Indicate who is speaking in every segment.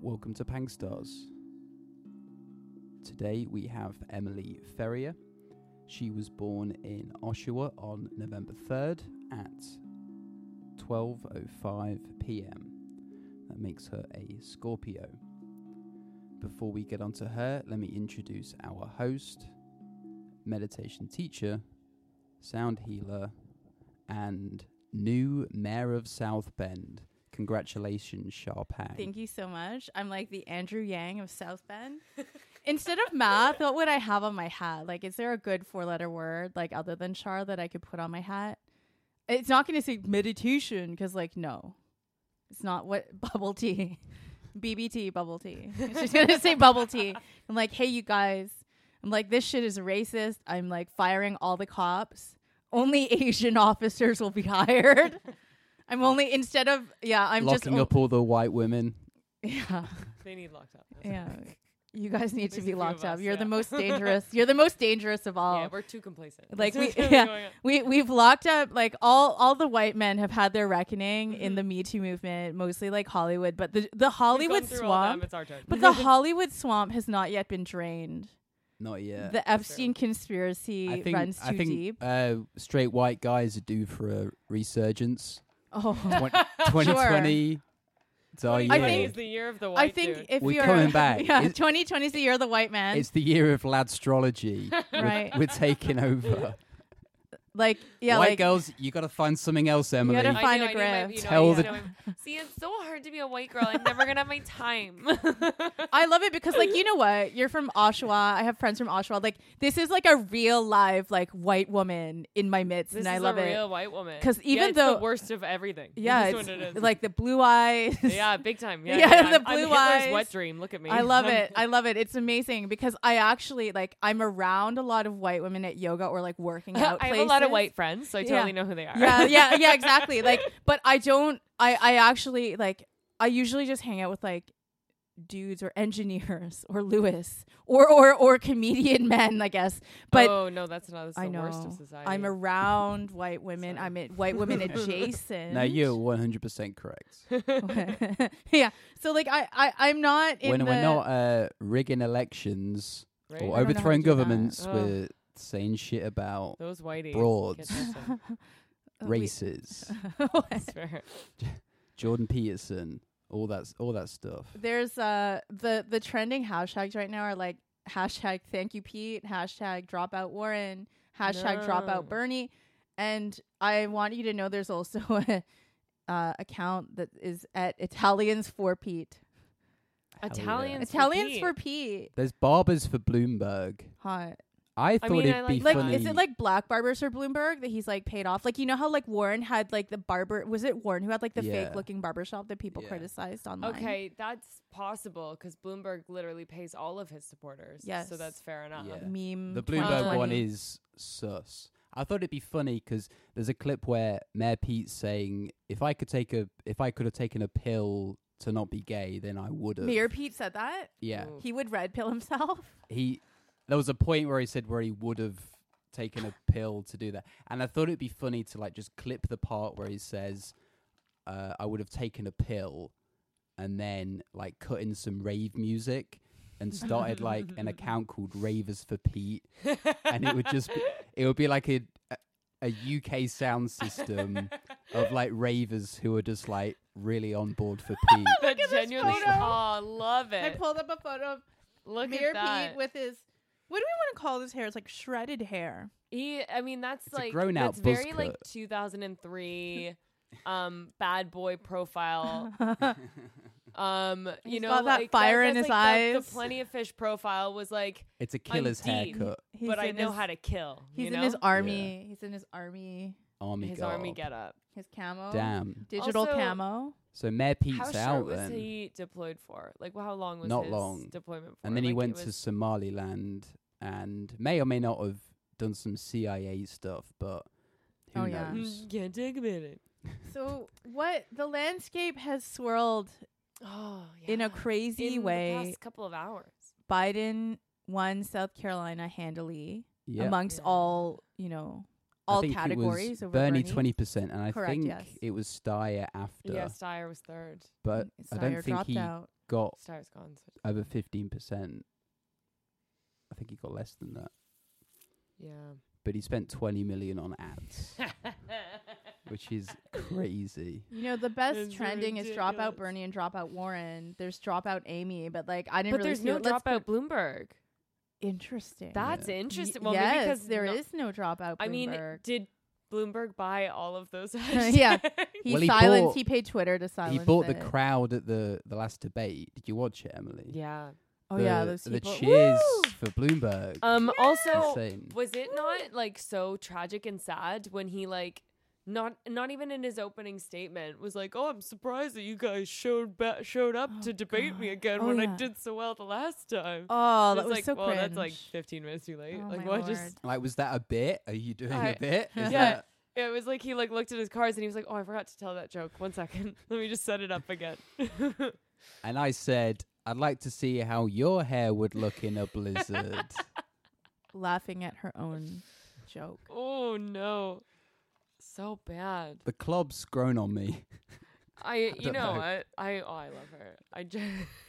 Speaker 1: Welcome to Pangstars. Today we have Emily Ferrier. She was born in Oshawa on November 3rd at 12:05 p.m. That makes her a Scorpio. Before we get onto her, let me introduce our host, meditation teacher, sound healer, and new mayor of South Bend. Congratulations, Sharpang.
Speaker 2: Thank you so much. I'm like the Andrew Yang of South Bend. Instead of math, what would I have on my hat? Like, is there a good four letter word, like, other than char that I could put on my hat? It's not going to say meditation because, like, no, it's not what bubble tea, BBT, bubble tea. It's just going to say bubble tea. I'm like, hey, you guys, I'm like, this shit is racist. I'm like, firing all the cops. Only Asian officers will be hired. I'm only instead of yeah. I'm just
Speaker 1: Locking
Speaker 2: o-
Speaker 1: up all the white women.
Speaker 2: yeah.
Speaker 3: They need locked up. That's
Speaker 2: Yeah.
Speaker 3: it.
Speaker 2: You guys need
Speaker 3: At
Speaker 2: to
Speaker 3: least
Speaker 2: be
Speaker 3: a few
Speaker 2: locked
Speaker 3: of
Speaker 2: up.
Speaker 3: us,
Speaker 2: You're the
Speaker 3: yeah.
Speaker 2: most dangerous. You're the most dangerous of all.
Speaker 3: Yeah, we're too complacent.
Speaker 2: Like,
Speaker 3: That's
Speaker 2: we-
Speaker 3: what's
Speaker 2: yeah.
Speaker 3: going on.
Speaker 2: we we've locked up like all all the white men have had their reckoning in the Me Too movement, mostly like Hollywood, but the the
Speaker 3: Mm-hmm. We've gone
Speaker 2: Hollywood
Speaker 3: through all them,
Speaker 2: swamp,
Speaker 3: It's our turn.
Speaker 2: but the Hollywood swamp has not yet been drained.
Speaker 1: Not yet.
Speaker 2: the Epstein conspiracy
Speaker 1: I think,
Speaker 2: runs too
Speaker 1: I think
Speaker 2: deep.
Speaker 1: Uh, straight white guys are due for a resurgence.
Speaker 2: Oh.
Speaker 1: Twen- 2020 it's our
Speaker 2: I
Speaker 3: I
Speaker 1: year.
Speaker 2: think-
Speaker 3: think is the year of the white
Speaker 2: I think
Speaker 3: dude.
Speaker 2: if
Speaker 1: We're
Speaker 2: you're
Speaker 1: coming back.
Speaker 2: yeah,
Speaker 1: It's-
Speaker 2: 2020 is the year of the white man.
Speaker 1: it's the year of ladstrology. We're-
Speaker 2: Right.
Speaker 1: we're, taking over.
Speaker 2: like yeah,
Speaker 1: White
Speaker 2: like
Speaker 1: girls, you got to find something else, Emily.
Speaker 2: gotta
Speaker 3: I
Speaker 2: find
Speaker 3: know,
Speaker 2: a
Speaker 3: I need my-
Speaker 2: graph.
Speaker 3: you know, I
Speaker 1: Tell
Speaker 3: need
Speaker 1: the-
Speaker 3: to know my- See, it's so hard to be a white girl. I'm never gonna have my time.
Speaker 2: I love it because like you know what? You're from Oshawa. I have friends from Oshawa. Like this is like a real live like white woman in my midst
Speaker 3: this
Speaker 2: and I
Speaker 3: is
Speaker 2: love
Speaker 3: a real
Speaker 2: it.
Speaker 3: white woman.
Speaker 2: 'Cause
Speaker 3: Yeah,
Speaker 2: even
Speaker 3: it's
Speaker 2: though-
Speaker 3: the worst of everything.
Speaker 2: Yeah,
Speaker 3: That's
Speaker 2: it's
Speaker 3: what it is.
Speaker 2: like the blue eyes.
Speaker 3: yeah, big time. Yeah,
Speaker 2: Yeah,
Speaker 3: yeah,
Speaker 2: the
Speaker 3: I'm-
Speaker 2: blue
Speaker 3: I'm Hitler's
Speaker 2: eyes.
Speaker 3: wet dream. Look at me.
Speaker 2: I love
Speaker 3: I'm-
Speaker 2: it. I love it. It's amazing because I actually like I'm around a lot of white women at yoga or like working out.
Speaker 3: I have a lot of
Speaker 2: places.
Speaker 3: white friends, so I
Speaker 2: Yeah.
Speaker 3: totally know who they are.
Speaker 2: yeah yeah yeah exactly like but i don't i i actually like i usually just hang out with like dudes or engineers or lewis or or or comedian men i guess but
Speaker 3: oh no, that's not that's
Speaker 2: i
Speaker 3: the
Speaker 2: know
Speaker 3: worst of society.
Speaker 2: i'm around white women
Speaker 3: Sorry.
Speaker 2: i'm at white women adjacent
Speaker 1: now you're 100% correct.
Speaker 2: yeah so like i, I i'm not in
Speaker 1: When
Speaker 2: the,
Speaker 1: we're not uh, rigging elections
Speaker 3: Right?
Speaker 1: or
Speaker 2: I don't know how
Speaker 1: overthrowing
Speaker 2: to do that.
Speaker 1: governments,
Speaker 3: Ugh.
Speaker 1: we're saying shit about
Speaker 3: Those whiteies.
Speaker 1: broads.
Speaker 3: Get that stuff.
Speaker 2: we-
Speaker 1: races,
Speaker 3: That's fair.
Speaker 1: Jordan Peterson, all that, s- all that stuff.
Speaker 2: there's uh the the trending hashtags right now are like hashtag thank you pete hashtag dropout warren hashtag
Speaker 3: No.
Speaker 2: dropout bernie and i want you to know there's also a uh, account that is at italians for pete
Speaker 1: Hell yeah.
Speaker 3: Italians for
Speaker 2: italians
Speaker 3: Pete.
Speaker 2: for pete
Speaker 1: There's barbers for Bloomberg.
Speaker 2: hot
Speaker 1: I thought
Speaker 3: mean,
Speaker 1: it'd
Speaker 3: I
Speaker 1: be
Speaker 2: like
Speaker 1: funny.
Speaker 2: is it like black barbers or bloomberg that he's like paid off like you know how like warren had like the barber was it warren who had like the
Speaker 1: Yeah.
Speaker 2: fake looking barber shop that people
Speaker 1: Yeah.
Speaker 2: criticized online
Speaker 3: Okay, that's possible because Bloomberg literally pays all of his supporters.
Speaker 2: Yes.
Speaker 3: So that's fair enough.
Speaker 1: Yeah.
Speaker 2: meme
Speaker 1: The Bloomberg one
Speaker 2: 2020.
Speaker 1: is sus. I thought it'd be funny 'cause there's a clip where Mayor Pete's saying, "If I could take a, if I could have taken a pill to not be gay, then I would have."
Speaker 2: mayor pete said that
Speaker 1: yeah,
Speaker 3: Ooh.
Speaker 2: he would red pill himself
Speaker 1: he. There was a point where he said where he would have taken a pill to do that, and I thought it'd be funny to like just clip the part where he says, uh, "I would have taken a pill," and then like cut in some rave music. And started like an account called Ravers for Pete, and it would just be, it would be like a a UK sound system of like ravers who are just like really on board for Pete.
Speaker 3: That genuinely.
Speaker 2: photo.
Speaker 3: Oh, love
Speaker 2: I
Speaker 3: it.
Speaker 2: pulled up a photo of
Speaker 3: Look
Speaker 2: Mayor
Speaker 3: at that.
Speaker 2: Pete with his. What do we want to call his hair? It's like shredded hair.
Speaker 3: he, I mean, that's
Speaker 1: It's a
Speaker 3: like
Speaker 1: grown-out
Speaker 3: that's very
Speaker 1: buzz
Speaker 3: like
Speaker 1: cut.
Speaker 3: 2003, um, bad boy profile. Um, you
Speaker 2: He's
Speaker 3: know,
Speaker 2: got that
Speaker 3: like,
Speaker 2: fire in
Speaker 3: that's
Speaker 2: his
Speaker 3: like the- The,
Speaker 2: eyes.
Speaker 3: plenty of fish profile was like,
Speaker 1: It's a killer's
Speaker 3: Indeed.
Speaker 1: haircut,
Speaker 2: He's
Speaker 3: but I
Speaker 2: in
Speaker 3: know
Speaker 2: his-
Speaker 3: how to kill.
Speaker 2: He's
Speaker 3: you
Speaker 2: in
Speaker 3: know?
Speaker 2: his army. He's in his army.
Speaker 1: army
Speaker 3: his
Speaker 1: garb.
Speaker 3: army getup.
Speaker 2: His camo.
Speaker 1: Damn.
Speaker 2: Digital
Speaker 3: Also-
Speaker 2: camo.
Speaker 1: So Mayor
Speaker 3: How
Speaker 1: Pete's
Speaker 3: short
Speaker 1: out
Speaker 3: was
Speaker 1: then,
Speaker 3: he deployed for? Like, well, how long was
Speaker 1: Not
Speaker 3: his
Speaker 1: long.
Speaker 3: deployment for?
Speaker 1: and then he
Speaker 3: Like, it
Speaker 1: went to
Speaker 3: was-
Speaker 1: Somaliland, and may or may not have done some CIA stuff, but who
Speaker 2: Oh, yeah.
Speaker 1: knows?
Speaker 3: Mm, Can't take a minute.
Speaker 2: So what? The landscape has swirled
Speaker 3: Oh, yeah.
Speaker 2: in a crazy
Speaker 3: In The
Speaker 2: way.
Speaker 3: past couple of hours.
Speaker 2: Biden won South Carolina handily
Speaker 1: Yeah.
Speaker 2: amongst
Speaker 3: Yeah.
Speaker 2: all you know,
Speaker 1: I
Speaker 2: all
Speaker 1: think it was
Speaker 2: categories. over
Speaker 1: Bernie twenty percent, and I
Speaker 2: Correct,
Speaker 1: think
Speaker 2: yes.
Speaker 1: it was Steyer after,
Speaker 3: Yeah, Steyer was third.
Speaker 1: but I
Speaker 2: Steyer
Speaker 1: don't think
Speaker 2: dropped
Speaker 1: he
Speaker 2: out.
Speaker 1: got
Speaker 3: Stars gone. So
Speaker 1: over fifteen percent. I think he got less than that,
Speaker 3: yeah.
Speaker 1: but he spent twenty million on ads, which is crazy.
Speaker 2: You know, the best
Speaker 3: It's
Speaker 2: trending is
Speaker 3: ridiculous.
Speaker 2: dropout Bernie and dropout Warren. There's dropout Amy, but like I didn't
Speaker 3: but
Speaker 2: really
Speaker 3: there's
Speaker 2: see
Speaker 3: no
Speaker 2: it. Let's put-
Speaker 3: dropout Bloomberg.
Speaker 2: Interesting.
Speaker 3: That's
Speaker 1: Yeah.
Speaker 3: interesting.
Speaker 2: Y-
Speaker 3: Well,
Speaker 2: yes,
Speaker 3: maybe because
Speaker 2: there
Speaker 3: no-
Speaker 2: is no dropout. Bloomberg.
Speaker 3: I mean, did Bloomberg buy all of those?
Speaker 2: Yeah.
Speaker 3: hashtags?
Speaker 2: he
Speaker 1: Well, he
Speaker 2: silenced.
Speaker 1: bought-
Speaker 2: he paid Twitter to silence.
Speaker 1: he bought the
Speaker 2: it.
Speaker 1: crowd at the the last debate. Did you watch it, Emily?
Speaker 3: Yeah.
Speaker 2: Oh yeah,
Speaker 1: The-
Speaker 2: those
Speaker 1: the
Speaker 2: people.
Speaker 1: cheers
Speaker 2: Woo! Oh,
Speaker 1: for Bloomberg.
Speaker 3: Um. Also,
Speaker 1: Insane.
Speaker 3: was it not like so tragic and sad when he like not not even in his opening statement was like, "Oh, I'm surprised that you guys showed ba- showed up
Speaker 2: Oh,
Speaker 3: to debate me
Speaker 2: God.
Speaker 3: again
Speaker 2: Oh,
Speaker 3: when I
Speaker 2: yeah.
Speaker 3: did so well the last time."
Speaker 2: Oh, that
Speaker 3: It's
Speaker 2: was
Speaker 3: like,
Speaker 2: so
Speaker 3: well,
Speaker 2: cringe.
Speaker 3: that's like 15 minutes too late.
Speaker 2: Oh
Speaker 3: like,
Speaker 2: my
Speaker 3: what
Speaker 2: lord.
Speaker 3: just?
Speaker 1: like, was that a bit? Are you doing
Speaker 3: I-
Speaker 1: a bit?
Speaker 2: Yeah.
Speaker 1: Is
Speaker 3: Yeah.
Speaker 1: that-
Speaker 3: It was like he like looked at his cards and he was like, "Oh, I forgot to tell that joke. One second, let me just set it up again."
Speaker 1: and I said, I'd like to see how your hair would look in a blizzard.
Speaker 2: laughing at her own joke.
Speaker 3: oh no, so bad.
Speaker 1: the club's grown on me.
Speaker 3: I, you
Speaker 1: don't
Speaker 3: know,
Speaker 1: know.
Speaker 3: I, I, oh, I love her. I just,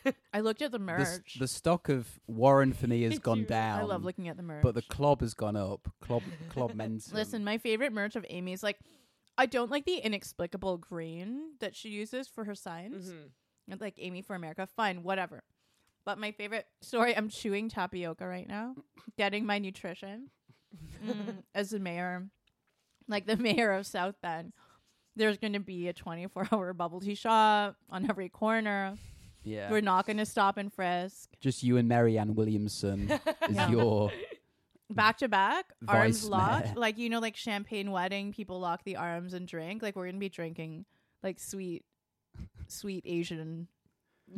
Speaker 2: I looked at the
Speaker 1: The,
Speaker 2: merch.
Speaker 1: s- the stock of Warren for me has
Speaker 3: Did
Speaker 1: gone
Speaker 3: you? I
Speaker 1: down.
Speaker 2: I love looking at the merch.
Speaker 1: Um, but the club has gone up. Club, club men's.
Speaker 2: Listen, my favorite merch of Amy's like I don't like the inexplicable green that she uses for her signs.
Speaker 1: Mm-hmm.
Speaker 2: It's Like Amy for America, fine, whatever. But my favorite sorry, I'm chewing tapioca right now, getting my nutrition Mm, as the mayor, like the mayor of South Bend. There's going to be a 24 hour bubble tea shop on every corner.
Speaker 1: yeah.
Speaker 2: We're not going to stop and frisk.
Speaker 1: Just you and Mary Ann Williamson is
Speaker 2: Yeah.
Speaker 1: your.
Speaker 2: back to back, arms
Speaker 1: Vice
Speaker 2: locked.
Speaker 1: Mayor.
Speaker 2: Like you know, like champagne wedding, people lock the arms and drink. Like we're gonna be drinking like sweet, sweet Asian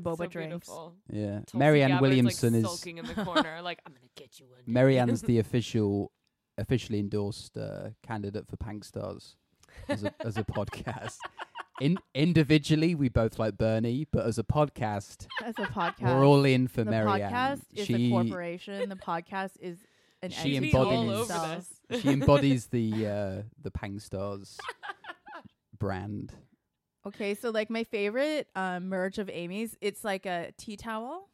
Speaker 2: boba
Speaker 3: so
Speaker 2: drinks.
Speaker 3: beautiful.
Speaker 1: Yeah.
Speaker 3: Tulsi
Speaker 1: Mary Ann
Speaker 3: Gabbard's,
Speaker 1: Williamson
Speaker 3: like,
Speaker 1: is.
Speaker 3: sulking in the corner, like I'm gonna get you one.
Speaker 1: Mary Ann's the official, officially endorsed uh, candidate for Pank Stars as a, as a podcast. In, individually, we both like Bernie, but as a podcast,
Speaker 2: That's a podcast.
Speaker 1: we're all in for
Speaker 2: the
Speaker 1: Mary Ann.
Speaker 2: podcast is a corporation. The podcast is an
Speaker 1: She
Speaker 2: entity
Speaker 3: She's all
Speaker 1: embodies-
Speaker 3: over
Speaker 2: themselves.
Speaker 3: this.
Speaker 1: she embodies the uh, the Pang Stars brand.
Speaker 2: Okay, so like my favorite um, merge of Amy's, it's like a tea towel,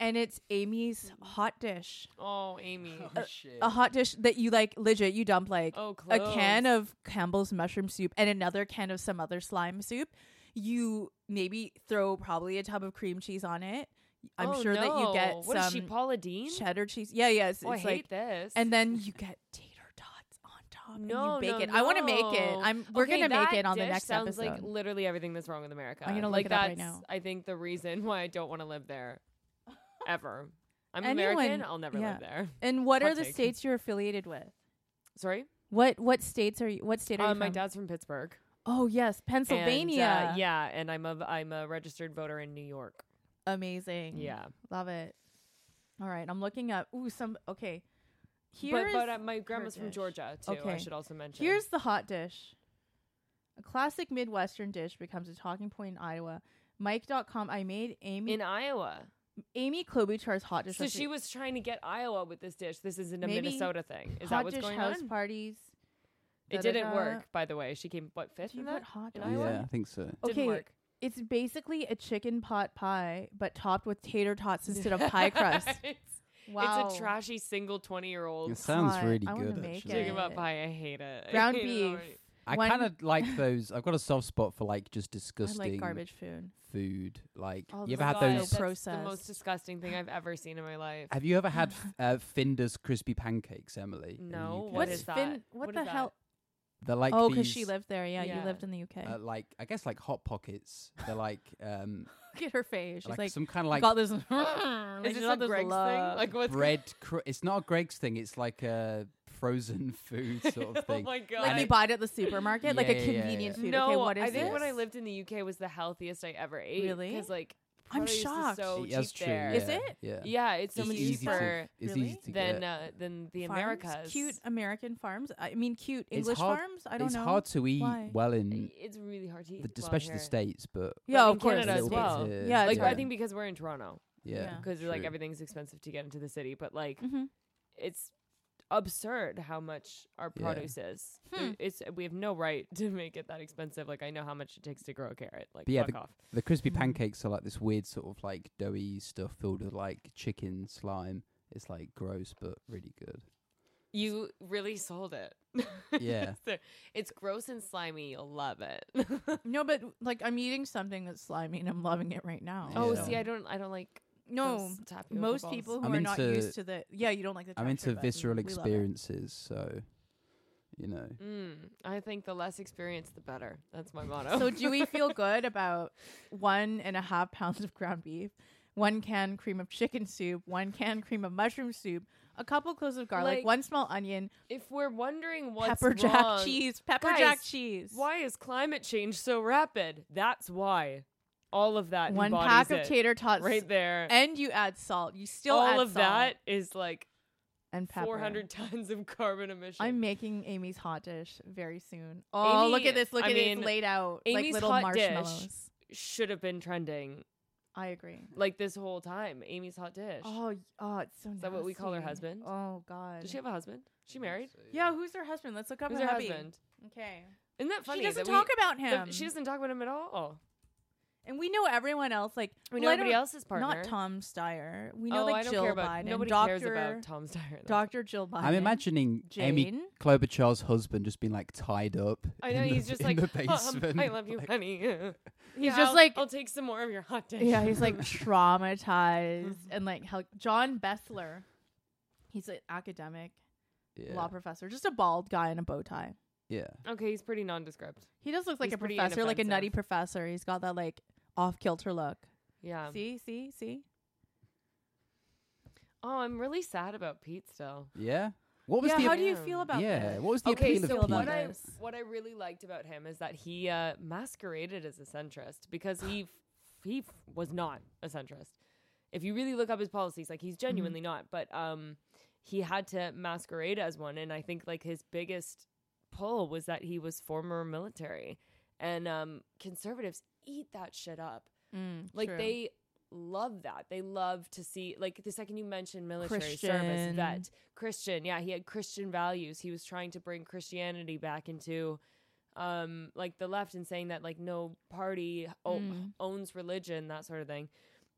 Speaker 2: and it's Amy's hot dish.
Speaker 3: Oh, Amy.
Speaker 1: shit!
Speaker 2: A hot dish that you like legit you dump like
Speaker 3: Oh,
Speaker 2: a
Speaker 3: close.
Speaker 2: can of Campbell's mushroom soup and another can of some other slime soup. You maybe throw probably a tub of cream cheese on it. I'm
Speaker 3: Oh,
Speaker 2: sure that you get
Speaker 3: no. What is she,
Speaker 2: some
Speaker 3: Paula Dean?
Speaker 2: cheddar cheese. Yeah, yeah, it's,
Speaker 3: oh, I
Speaker 2: it's
Speaker 3: hate
Speaker 2: like
Speaker 3: this.
Speaker 2: and then you get tater tots on top.
Speaker 3: No,
Speaker 2: and you bake
Speaker 3: no,
Speaker 2: it. I want to make it.
Speaker 3: no.
Speaker 2: I'm we're
Speaker 3: Okay,
Speaker 2: gonna make
Speaker 3: that
Speaker 2: it on the
Speaker 3: dish
Speaker 2: next
Speaker 3: sounds
Speaker 2: episode.
Speaker 3: like literally everything that's wrong with America.
Speaker 2: I'm gonna look
Speaker 3: like
Speaker 2: it up
Speaker 3: that's
Speaker 2: right now.
Speaker 3: I think the reason why I don't want to live there, ever. I'm
Speaker 2: Anyone-
Speaker 3: American. I'll never
Speaker 2: yeah.
Speaker 3: live there.
Speaker 2: and what are
Speaker 3: hot
Speaker 2: the
Speaker 3: take.
Speaker 2: states you're affiliated with?
Speaker 3: Sorry.
Speaker 2: What what states are you? What state are
Speaker 3: Uh,
Speaker 2: you
Speaker 3: my
Speaker 2: from?
Speaker 3: dad's from Pittsburgh.
Speaker 2: oh yes,
Speaker 3: And, uh,
Speaker 2: Pennsylvania.
Speaker 3: yeah, and I'm a I'm a registered voter in New York.
Speaker 2: amazing.
Speaker 3: Yeah.
Speaker 2: love it. All right, I'm looking up. Ooh, some okay. Here
Speaker 3: But
Speaker 2: is
Speaker 3: but uh, my grandma's from
Speaker 2: dish.
Speaker 3: Georgia too. I
Speaker 2: Okay.
Speaker 3: should also mention.
Speaker 2: Here's the hot dish. A classic Midwestern dish becomes a talking point in Iowa. Mike.com. I made Amy
Speaker 3: in Iowa.
Speaker 2: Amy Klobuchar's hot dish.
Speaker 3: So
Speaker 2: recipe.
Speaker 3: she was trying to get Iowa with this dish. This isn't a
Speaker 2: Maybe
Speaker 3: Minnesota thing. Is
Speaker 2: hot
Speaker 3: that what's
Speaker 2: dish
Speaker 3: going
Speaker 2: house
Speaker 3: on?
Speaker 2: parties.
Speaker 3: It didn't work, by the way. She came what fifth
Speaker 2: Do you
Speaker 3: in
Speaker 2: put
Speaker 3: that?
Speaker 2: hot
Speaker 3: in
Speaker 2: dog-
Speaker 3: Iowa?
Speaker 1: Yeah, I think so.
Speaker 2: Okay.
Speaker 3: Didn't work.
Speaker 2: It's basically a chicken pot pie, but topped with tater tots instead of pie crust.
Speaker 3: it's,
Speaker 2: Wow.
Speaker 3: it's a trashy single twenty year old
Speaker 1: It sounds
Speaker 2: God,
Speaker 1: really
Speaker 2: I wanna
Speaker 1: good.
Speaker 2: make
Speaker 1: Actually,
Speaker 3: chicken
Speaker 2: it.
Speaker 3: pot pie. I hate it.
Speaker 2: Ground
Speaker 3: I hate it
Speaker 2: beef.
Speaker 3: already.
Speaker 1: I
Speaker 2: One-
Speaker 1: kind of like those. I've got a soft spot for like just
Speaker 2: I
Speaker 1: disgusting
Speaker 2: like garbage food.
Speaker 1: food. Like
Speaker 2: Oh,
Speaker 1: you ever
Speaker 2: my
Speaker 1: had
Speaker 3: God,
Speaker 1: those?
Speaker 2: that-
Speaker 3: That's the
Speaker 2: Processed.
Speaker 3: most disgusting thing I've ever seen in my life.
Speaker 1: Have you ever had f- uh, Finder's crispy pancakes, Emily? in the UK?
Speaker 3: No, What
Speaker 2: What's
Speaker 3: is that?
Speaker 2: Fin? What,
Speaker 3: What
Speaker 2: the
Speaker 3: is that?
Speaker 2: hell?
Speaker 1: They're like
Speaker 2: Oh, 'cause
Speaker 1: because
Speaker 2: she lived there. Yeah,
Speaker 3: Yeah.
Speaker 2: you lived in the UK.
Speaker 1: Uh, like I guess like hot pockets. They're like um
Speaker 2: Look at her face. She's
Speaker 1: like,
Speaker 2: like,
Speaker 1: some kind of
Speaker 2: like
Speaker 1: like
Speaker 2: got this.
Speaker 3: Is this a Greg's thing? Like what's
Speaker 1: bread. Cr- it's not a Greg's thing. It's like a frozen food sort of
Speaker 3: oh
Speaker 1: thing.
Speaker 3: my god!
Speaker 2: like
Speaker 1: And
Speaker 2: you
Speaker 1: it-
Speaker 2: buy it at the supermarket, like
Speaker 1: Yeah,
Speaker 2: a
Speaker 1: yeah, yeah,
Speaker 2: convenience
Speaker 1: yeah.
Speaker 2: food.
Speaker 3: no,
Speaker 2: okay, what is
Speaker 3: I think when I
Speaker 2: this?
Speaker 3: lived in the UK was the healthiest I ever ate.
Speaker 2: Really?
Speaker 3: Because like
Speaker 2: I'm
Speaker 3: produce is
Speaker 2: shocked.
Speaker 3: so
Speaker 1: Yeah, that's
Speaker 3: cheap there.
Speaker 2: Is
Speaker 1: yeah,
Speaker 2: it?
Speaker 1: Yeah.
Speaker 3: Yeah, it's so
Speaker 1: It's
Speaker 3: much
Speaker 1: easy
Speaker 3: cheaper
Speaker 1: to. It's
Speaker 2: Really?
Speaker 1: easy to
Speaker 3: than
Speaker 1: get.
Speaker 3: uh, than the
Speaker 2: Farms?
Speaker 3: Americas.
Speaker 2: cute American farms. I mean, cute English
Speaker 1: hard-
Speaker 2: farms. I don't
Speaker 1: it's
Speaker 2: know.
Speaker 1: hard to eat
Speaker 2: Why?
Speaker 1: well
Speaker 3: I-
Speaker 1: in,
Speaker 3: It's really hard to eat,
Speaker 1: Mm. the,
Speaker 3: well
Speaker 1: especially the
Speaker 3: here.
Speaker 1: states, but
Speaker 2: yeah,
Speaker 3: Like
Speaker 2: of
Speaker 3: in
Speaker 2: course.
Speaker 3: Canada
Speaker 1: a
Speaker 3: as
Speaker 1: little
Speaker 3: well.
Speaker 1: bit. uh,
Speaker 2: Yeah,
Speaker 3: Like
Speaker 2: it's
Speaker 3: but I
Speaker 2: different.
Speaker 3: think because we're in Toronto,
Speaker 1: yeah.
Speaker 2: Yeah.
Speaker 3: because like
Speaker 1: True.
Speaker 2: Mm.
Speaker 3: Mm-hmm. everything's expensive to get into the city, but like
Speaker 2: Mhm.
Speaker 3: it's absurd how much our
Speaker 1: Yeah.
Speaker 3: produce is.
Speaker 2: Hmm.
Speaker 3: It's we have no right to make it that expensive. Like I know how much it takes to grow a carrot. Like
Speaker 1: But yeah,
Speaker 3: fuck off.
Speaker 1: The crispy pancakes are like this weird sort of like doughy stuff filled with like chicken slime. It's like gross but really good.
Speaker 3: You really sold it.
Speaker 1: Yeah.
Speaker 3: It's- it's gross and slimy. You'll love it.
Speaker 2: No, but like I'm eating something that's slimy and I'm loving it right now.
Speaker 3: Oh,
Speaker 1: Yeah.
Speaker 3: see, I don't, I don't like.
Speaker 2: no.
Speaker 3: those tapioca
Speaker 2: Most
Speaker 3: balls.
Speaker 2: people who
Speaker 1: I'm
Speaker 2: are not
Speaker 1: into-
Speaker 2: used to the yeah, you don't like the.
Speaker 1: I'm
Speaker 2: texture,
Speaker 1: into
Speaker 2: but
Speaker 1: visceral
Speaker 2: we love it.
Speaker 1: experiences, so you know.
Speaker 3: Mm, I think the less experience, the better. That's my motto.
Speaker 2: So do we feel good about one and a half pounds of ground beef, one can cream of chicken soup, one can cream of mushroom soup, a couple cloves of garlic,
Speaker 3: Like,
Speaker 2: one small onion,
Speaker 3: if we're wondering what's
Speaker 2: pepper jack
Speaker 3: wrong,
Speaker 2: cheese, pepper
Speaker 3: Guys,
Speaker 2: jack cheese,
Speaker 3: why is climate change so rapid? That's why. All of that.
Speaker 2: one
Speaker 3: embodies
Speaker 2: pack of
Speaker 3: it
Speaker 2: tater tots,
Speaker 3: right there.
Speaker 2: and you add salt. You still add
Speaker 3: all of
Speaker 2: salt
Speaker 3: that is like
Speaker 2: and pepper.
Speaker 3: 400 tons of carbon emissions.
Speaker 2: I'm making Amy's hot dish very soon. Oh, look
Speaker 3: Amy-
Speaker 2: at this! Look
Speaker 3: I
Speaker 2: at it
Speaker 3: mean,
Speaker 2: it's laid out like
Speaker 3: Amy's
Speaker 2: little
Speaker 3: hot dish.
Speaker 2: marshmallows.
Speaker 3: should have been trending
Speaker 2: I agree.
Speaker 3: like this whole time. Amy's hot dish.
Speaker 2: Oh, y- oh, it's so.
Speaker 3: Is that what we call her
Speaker 2: nasty.
Speaker 3: husband?
Speaker 2: Oh God.
Speaker 3: Does she have a husband? She married?
Speaker 2: yeah, who's her husband? Let's look up
Speaker 3: Who's
Speaker 2: her
Speaker 3: her
Speaker 2: hubby.
Speaker 3: husband?
Speaker 2: Okay.
Speaker 3: Isn't that funny?
Speaker 2: she doesn't
Speaker 3: that we-
Speaker 2: talk about
Speaker 3: that
Speaker 2: him.
Speaker 3: She doesn't talk about him at all.
Speaker 2: and we know everyone else. Like
Speaker 3: We know
Speaker 2: well, I
Speaker 3: everybody
Speaker 2: don't-
Speaker 3: else's partner.
Speaker 2: Not Tom Steyer. We know
Speaker 3: oh,
Speaker 2: like
Speaker 3: I don't
Speaker 2: Jill
Speaker 3: care about.
Speaker 2: Biden.
Speaker 3: Nobody
Speaker 2: Dr.
Speaker 3: cares about Tom Steyer.
Speaker 2: Dr. Jill Biden.
Speaker 1: I'm imagining Amy
Speaker 2: Jane.
Speaker 1: Klobuchar's husband just being like tied up.
Speaker 3: I know
Speaker 1: in the-
Speaker 3: he's just
Speaker 1: in
Speaker 3: like,
Speaker 1: the
Speaker 3: "Oh, um,
Speaker 1: basement.
Speaker 3: I love you,
Speaker 1: Like,
Speaker 3: honey. he's
Speaker 2: just like-
Speaker 3: I'll take some more of your hot dish.
Speaker 2: Yeah, he's like traumatized
Speaker 1: Mm-hmm.
Speaker 2: and like how John Bessler. He's an academic,
Speaker 1: yeah,
Speaker 2: law professor, just a bald guy in a bow tie.
Speaker 1: yeah.
Speaker 3: okay, he's pretty nondescript.
Speaker 2: He does look like
Speaker 3: He's
Speaker 2: a
Speaker 3: pretty
Speaker 2: professor, like a nutty
Speaker 3: inoffensive.
Speaker 2: professor. He's got that like off kilter look.
Speaker 3: Yeah.
Speaker 2: see, see, see.
Speaker 3: Oh, I'm really sad about Pete still.
Speaker 1: Yeah. What was
Speaker 2: yeah,
Speaker 1: the
Speaker 2: how
Speaker 3: ap-
Speaker 2: do you feel about
Speaker 1: Yeah,
Speaker 2: this?
Speaker 1: what was the
Speaker 2: Okay,
Speaker 1: appeal
Speaker 2: so
Speaker 1: of Pete?
Speaker 2: what
Speaker 3: what I
Speaker 2: this?
Speaker 3: what I really liked about him is that he uh, masqueraded as a centrist because he f- he f- was not a centrist. If you really look up his policies, like he's genuinely not, but um, he had to masquerade as one, and I think like his biggest pull was that he was former military, and um, conservatives eat that shit up.
Speaker 2: Mm,
Speaker 3: Like
Speaker 2: true.
Speaker 3: they love that. They love to see like the second you mention military service
Speaker 2: Christian.
Speaker 3: vet Christian. Yeah, he had Christian values. He was trying to bring Christianity back into um like the left and saying that like no party o-
Speaker 2: Mm.
Speaker 3: owns religion, that sort of thing.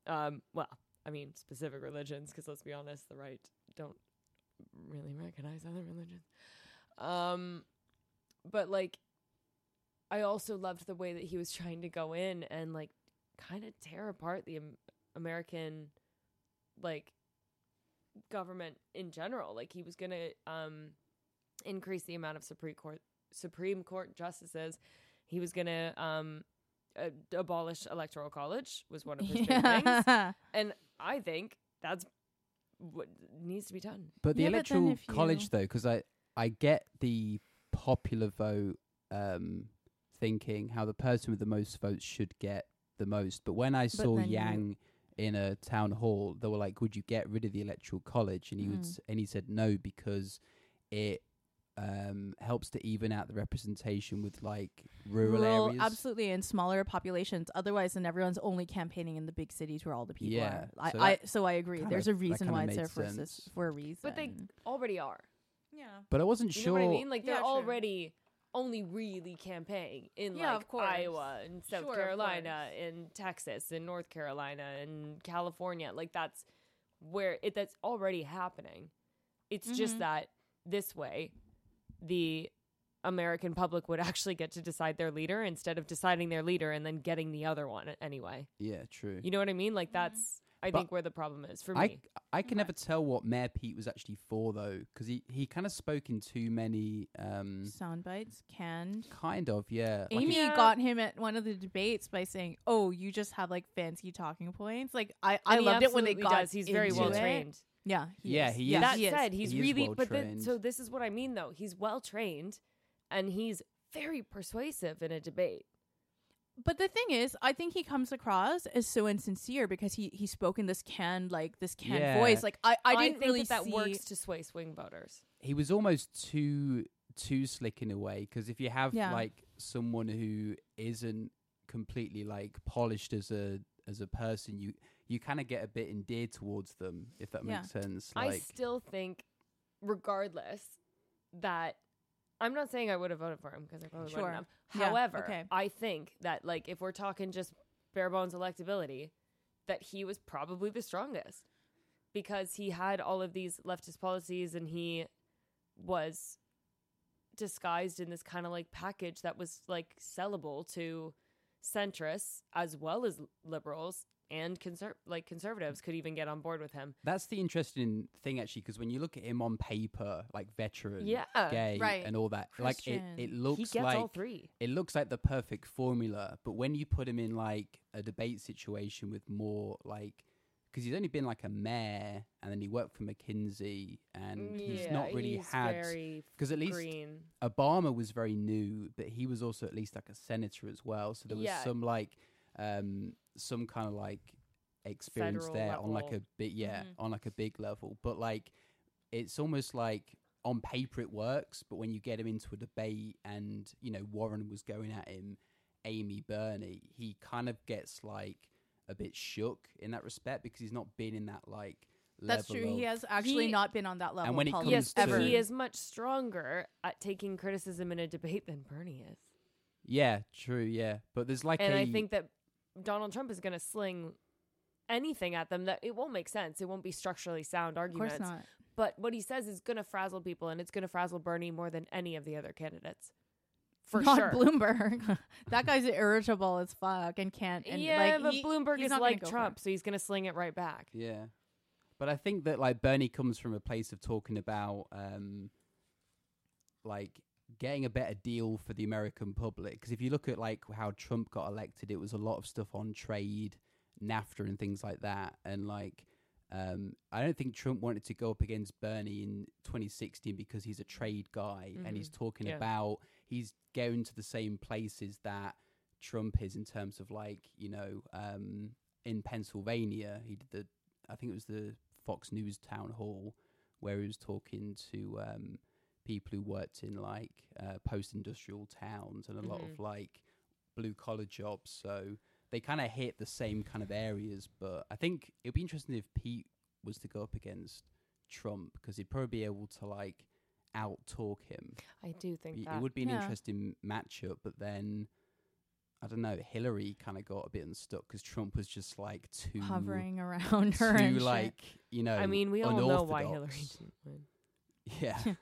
Speaker 3: Um well, I mean specific religions because let's be honest, the right don't really recognize other religions. Um but like I also loved the way that he was trying to go in and like kind of tear apart the Am- American like government in general. Like he was going to um increase the amount of Supreme Court Supreme Court justices. He was going to um uh, abolish electoral college was one of his big things.
Speaker 2: Yeah.
Speaker 3: And I think that's what needs to be done.
Speaker 1: But the
Speaker 2: Yeah, but then
Speaker 1: electoral
Speaker 2: if you-
Speaker 1: college, though, 'cause I I get the popular vote um, thinking how the person with the most votes should get the most. But when I saw
Speaker 2: then you-
Speaker 1: Yang in a town hall, they were like, "Would you get rid of the electoral college?" And he would,
Speaker 2: Mm.
Speaker 1: s- and he said no because it um, helps to even out the representation with like rural, areas.
Speaker 2: absolutely, in smaller populations. Otherwise, then everyone's only campaigning in the big cities where all the people
Speaker 1: Yeah,
Speaker 2: are. I,
Speaker 1: so
Speaker 2: I,
Speaker 1: that
Speaker 2: so I agree.
Speaker 1: kinda-
Speaker 2: There's a
Speaker 1: that
Speaker 2: reason
Speaker 1: kinda
Speaker 2: why it's there
Speaker 1: made
Speaker 2: for,
Speaker 1: sense.
Speaker 2: for a reason.
Speaker 3: But they already are.
Speaker 2: yeah,
Speaker 1: But I wasn't
Speaker 3: You
Speaker 1: sure.
Speaker 3: know what I mean? Like they're
Speaker 2: Yeah, true.
Speaker 3: already only really campaigning in
Speaker 2: Yeah,
Speaker 3: like
Speaker 2: of course.
Speaker 3: Iowa and South
Speaker 2: Sure, of
Speaker 3: Carolina
Speaker 2: course.
Speaker 3: and Texas and North Carolina and California. Like that's where it that's already happening. It's just
Speaker 2: Mhm.
Speaker 3: that this way the American public would actually get to decide their leader instead of deciding their leader and then getting the other one anyway.
Speaker 1: Yeah, true.
Speaker 3: You know what I mean?
Speaker 2: Mm-hmm.
Speaker 3: Like that's I
Speaker 1: But
Speaker 3: think where the problem is for
Speaker 1: I
Speaker 3: me.
Speaker 1: I can never tell what Mayor Pete was actually for though, 'cause he he kind of spoke in too many. Um,
Speaker 2: sound bites canned.
Speaker 1: Kind of, yeah. Like,
Speaker 2: Amy
Speaker 1: it-
Speaker 3: Yeah.
Speaker 2: got him at one of the debates by saying, "Oh, you just have like fancy talking points." Like I, I
Speaker 3: And he
Speaker 2: loved it when they
Speaker 3: absolutely
Speaker 2: got.
Speaker 3: does. He's very
Speaker 2: into
Speaker 3: well
Speaker 2: it.
Speaker 3: trained.
Speaker 2: Yeah, he
Speaker 1: Yeah,
Speaker 2: is.
Speaker 1: he
Speaker 2: yeah,
Speaker 1: is.
Speaker 3: that
Speaker 2: he
Speaker 3: said, he's
Speaker 1: He is
Speaker 3: really but
Speaker 1: well-trained.
Speaker 3: the, so this is what I mean though. He's well trained and he's very persuasive in a debate.
Speaker 2: But the thing is, I think he comes across as so insincere because he he spoke in this canned like this canned
Speaker 1: Yeah.
Speaker 2: voice. Like I I
Speaker 3: think
Speaker 2: didn't really
Speaker 3: that, that
Speaker 2: see
Speaker 3: works to sway swing voters.
Speaker 1: he was almost too too slick in a way because if you have
Speaker 2: Yeah.
Speaker 1: like someone who isn't completely like polished as a as a person, you you kind of get a bit endeared towards them if that
Speaker 2: Yeah.
Speaker 1: makes sense. Like,
Speaker 3: I still think regardless that I'm not saying I would have voted for him because I probably
Speaker 2: Sure.
Speaker 3: wouldn't have.
Speaker 2: Yeah,
Speaker 3: However,
Speaker 2: okay.
Speaker 3: I think that like if we're talking just bare bones electability, that he was probably the strongest because he had all of these leftist policies and he was disguised in this kind of like package that was like sellable to centrists as well as liberals and conser- like conservatives could even get on board with him.
Speaker 1: That's the interesting thing, actually, because when you look at him on paper, like veteran,
Speaker 3: Yeah.
Speaker 1: gay,
Speaker 2: Right.
Speaker 1: and all that, like
Speaker 2: Christian.
Speaker 1: it, it
Speaker 3: he
Speaker 1: looks
Speaker 3: gets
Speaker 1: like
Speaker 3: all three.
Speaker 1: it looks like the perfect formula. But when you put him in like a debate situation with more like, because he's only been like a mayor, and then he worked for McKinsey, and Mm, he's not really
Speaker 3: he's
Speaker 1: had
Speaker 3: very
Speaker 1: because at least
Speaker 3: green.
Speaker 1: Obama was very new, but he was also at least like a senator as well. So there was
Speaker 3: Yeah.
Speaker 1: some like um some kind of like experience
Speaker 3: Federal
Speaker 1: there on like a
Speaker 3: level. Mm-hmm.
Speaker 1: big yeah,
Speaker 2: Mhm.
Speaker 1: on like a big level. But like it's almost like on paper it works, but when you get him into a debate and, you know, Warren was going at him, Amy Bernie, he kind of gets like a bit shook in that respect because he's not been in that like
Speaker 2: That's
Speaker 1: level
Speaker 2: true. He
Speaker 1: of-
Speaker 2: has actually
Speaker 3: He-
Speaker 2: not been on that level.
Speaker 1: when
Speaker 2: of
Speaker 1: it comes
Speaker 2: politics
Speaker 3: Yes, but
Speaker 1: to-
Speaker 2: ever.
Speaker 3: he is much stronger at taking criticism in a debate than Bernie is.
Speaker 1: Yeah, true, yeah. But there's like
Speaker 3: And
Speaker 1: I
Speaker 3: I think that Donald Trump is going to sling anything at them that it won't make sense. It won't be structurally sound
Speaker 2: Of course
Speaker 3: arguments.
Speaker 2: not.
Speaker 3: But what he says is going to frazzle people and it's going to frazzle Bernie more than any of the other candidates. For
Speaker 2: not
Speaker 3: sure.
Speaker 2: Bloomberg. that guy's irritable as fuck and can't. And
Speaker 3: yeah,
Speaker 2: like,
Speaker 3: but
Speaker 2: he-
Speaker 3: Bloomberg
Speaker 2: he's
Speaker 3: is
Speaker 2: not gonna
Speaker 3: like
Speaker 2: go for
Speaker 3: Trump,
Speaker 2: it.
Speaker 3: so he's going to sling it right back.
Speaker 1: Yeah. But I think that like Bernie comes from a place of talking about um like getting a better deal for the American public because if you look at like how Trump got elected it was a lot of stuff on trade, NAFTA and things like that and like um I don't think Trump wanted to go up against Bernie in 2016 because he's a trade guy and he's talking
Speaker 3: Mm-hmm. Yeah.
Speaker 1: about he's going to the same places that Trump is in terms of like, you know, um in Pennsylvania, he did the I think it was the Fox News town hall where he was talking to um, people who worked in like uh, post-industrial towns and a lot
Speaker 3: Mhm.
Speaker 1: of like blue-collar jobs. So they kind of hit the same kind of areas. But I think it'd be interesting if Pete was to go up against Trump because he'd probably be able to like out-talk him.
Speaker 3: I do think
Speaker 1: It-
Speaker 3: that.
Speaker 1: It would be an
Speaker 2: Yeah.
Speaker 1: interesting matchup, but then. I don't know. Hillary kind of got a bit unstuck because Trump was just like too
Speaker 2: hovering around her. and
Speaker 1: to
Speaker 2: shit.
Speaker 1: like you know.
Speaker 3: I mean, we all know why Hillary
Speaker 1: unorthodox.
Speaker 3: didn't win.
Speaker 1: Yeah,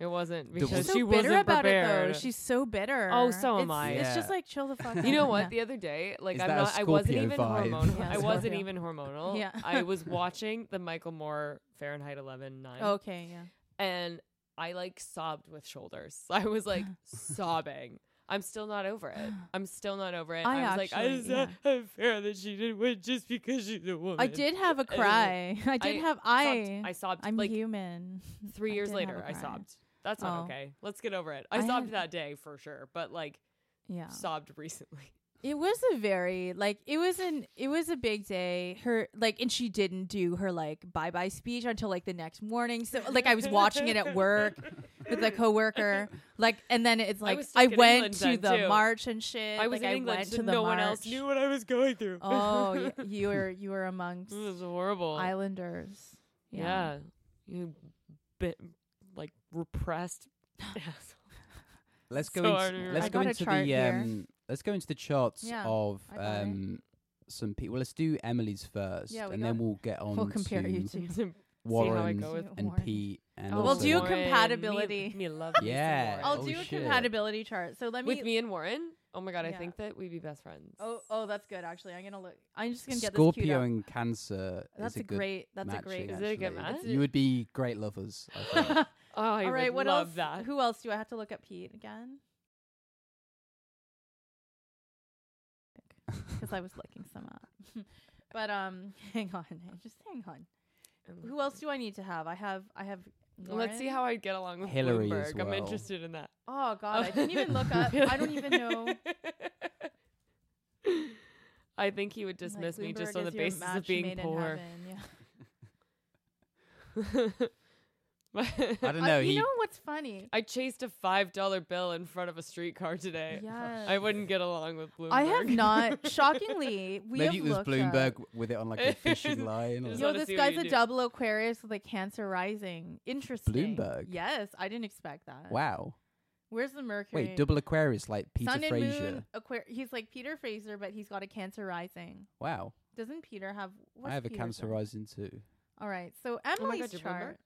Speaker 3: It wasn't
Speaker 1: Double-
Speaker 3: because
Speaker 2: She's so
Speaker 3: she
Speaker 2: bitter
Speaker 3: wasn't
Speaker 2: about
Speaker 3: prepared.
Speaker 2: it though. She's so bitter.
Speaker 3: Oh, so am
Speaker 2: It's-
Speaker 3: I.
Speaker 2: It's just
Speaker 1: Yeah.
Speaker 2: like chill the fuck.
Speaker 3: You know
Speaker 2: out.
Speaker 3: what?
Speaker 2: Yeah.
Speaker 3: The other day, like
Speaker 1: Is
Speaker 3: I'm
Speaker 1: that a
Speaker 3: not. I wasn't
Speaker 1: Scorpio
Speaker 3: even
Speaker 1: vibe?
Speaker 3: hormonal.
Speaker 2: Yeah,
Speaker 3: I wasn't
Speaker 2: Scorpio.
Speaker 3: even hormonal.
Speaker 2: Yeah.
Speaker 3: I was watching the Michael Moore Fahrenheit 11 9,
Speaker 2: Okay, yeah.
Speaker 3: and I like sobbed with shoulders. I was like sobbing. I'm still not over it. I'm still not over it.
Speaker 2: I
Speaker 3: I, was like, I
Speaker 2: actually-
Speaker 3: just not unfair that she didn't win just because she's a woman.
Speaker 2: I did have a
Speaker 3: I-
Speaker 2: cry. I did
Speaker 3: I
Speaker 2: have
Speaker 3: I
Speaker 2: I.
Speaker 3: sobbed. I sobbed
Speaker 2: I'm
Speaker 3: like
Speaker 2: human.
Speaker 3: three
Speaker 2: I
Speaker 3: years
Speaker 2: did have a
Speaker 3: later. I
Speaker 2: cry.
Speaker 3: sobbed. That's not
Speaker 2: Oh.
Speaker 3: okay. Let's get over it. I,
Speaker 2: I
Speaker 3: sobbed
Speaker 2: had-
Speaker 3: that day for sure, but like
Speaker 2: Yeah.
Speaker 3: sobbed recently.
Speaker 2: It was a very like it was an it was a big day. Her like and she didn't do her like bye bye speech until like the next morning. So like I was watching it at work with a coworker. Like and then it's like
Speaker 3: was
Speaker 2: I,
Speaker 3: stuck in
Speaker 2: went
Speaker 3: England
Speaker 2: to
Speaker 3: then,
Speaker 2: the
Speaker 3: too.
Speaker 2: march and shit.
Speaker 3: I was
Speaker 2: like,
Speaker 3: in England,
Speaker 2: I went
Speaker 3: so
Speaker 2: to the
Speaker 3: no one else
Speaker 2: march.
Speaker 3: knew what I was going through.
Speaker 2: Oh, y- you were you were amongst
Speaker 3: this is horrible.
Speaker 2: islanders. Yeah.
Speaker 3: yeah. you bit like repressed. asshole.
Speaker 1: let's go.
Speaker 3: So
Speaker 1: into,
Speaker 3: artery-
Speaker 1: let's
Speaker 3: I
Speaker 1: go
Speaker 2: got a
Speaker 1: into
Speaker 2: chart
Speaker 1: the
Speaker 2: here.
Speaker 1: um. Let's go into the charts
Speaker 2: Yeah,
Speaker 1: of
Speaker 2: I got it.
Speaker 1: um some people. Let's do Emily's first,
Speaker 2: Yeah, we
Speaker 1: and
Speaker 2: got
Speaker 1: then
Speaker 2: it.
Speaker 1: we'll get on
Speaker 2: We'll compare
Speaker 1: to
Speaker 2: you two.
Speaker 1: Warren
Speaker 3: go with-
Speaker 1: and
Speaker 2: Warren.
Speaker 1: Pete. And
Speaker 2: Oh, We'll
Speaker 1: also-
Speaker 2: do
Speaker 3: Warren,
Speaker 2: compatibility.
Speaker 3: Me, me love me some
Speaker 1: Yeah.
Speaker 3: Warren.
Speaker 2: I'll
Speaker 1: Oh,
Speaker 2: do a
Speaker 1: shit.
Speaker 2: compatibility chart. So let me
Speaker 3: with me and Warren. Oh my god, I
Speaker 2: Yeah.
Speaker 3: think that we'd be best friends.
Speaker 2: Oh, oh, that's good. Actually, I'm gonna look. I'm just gonna get this queued
Speaker 1: Scorpio
Speaker 2: up.
Speaker 1: and Cancer.
Speaker 2: That's
Speaker 1: is
Speaker 2: a,
Speaker 1: a, good
Speaker 2: great. That's a
Speaker 1: matching,
Speaker 2: great.
Speaker 3: Is it a good
Speaker 1: actually.
Speaker 3: match?
Speaker 1: You would be great lovers. I think.
Speaker 3: oh I
Speaker 2: All right, what
Speaker 3: would love
Speaker 2: else?
Speaker 3: that.
Speaker 2: Who else do I have to look at? Pete again? Because I was looking some up. but um, hang on, just hang on. Who else do I need to have? I have. I have.
Speaker 3: Let's see
Speaker 2: Warren.
Speaker 3: how I'd get along with
Speaker 1: Hillary as
Speaker 3: Bloomberg. I'm
Speaker 1: well.
Speaker 3: interested in that.
Speaker 2: Oh God, I didn't even look up. I don't even know.
Speaker 3: I think he would dismiss
Speaker 2: like,
Speaker 3: me just
Speaker 2: Bloomberg
Speaker 3: on the
Speaker 2: is your
Speaker 3: basis of
Speaker 2: match
Speaker 3: being
Speaker 2: made in
Speaker 3: poor.
Speaker 2: heaven, Yeah.
Speaker 1: I
Speaker 3: I,
Speaker 1: don't
Speaker 2: Uh,
Speaker 1: know.
Speaker 2: you
Speaker 1: he
Speaker 2: know what's funny?
Speaker 3: chased a five dollar bill in front of a streetcar today.
Speaker 2: Yes.
Speaker 3: I wouldn't get along with Bloomberg.
Speaker 2: I have not. Shockingly, we
Speaker 1: maybe it
Speaker 2: have
Speaker 1: was
Speaker 2: looked
Speaker 1: Bloomberg
Speaker 2: up-
Speaker 1: with it on like a fishing line.
Speaker 3: Just
Speaker 1: Or
Speaker 2: Yo,
Speaker 3: wanna
Speaker 2: this
Speaker 3: see what
Speaker 2: guy's
Speaker 3: you
Speaker 2: a
Speaker 3: do.
Speaker 2: double Aquarius with a Cancer rising. Interesting.
Speaker 1: Bloomberg?
Speaker 2: Yes, I didn't expect that.
Speaker 1: wow.
Speaker 2: Where's the Mercury?
Speaker 1: Wait, double Aquarius like Peter
Speaker 2: Sun and
Speaker 1: Fraser.
Speaker 2: Moon. Aquari- he's like Peter Fraser, but he's got a Cancer rising.
Speaker 1: Wow.
Speaker 2: Doesn't Peter have? what's
Speaker 1: I have a
Speaker 2: Peter's
Speaker 1: cancer
Speaker 2: in?
Speaker 1: rising too.
Speaker 2: All right. So
Speaker 3: Oh my
Speaker 2: Emily's
Speaker 3: God, you're
Speaker 2: chart.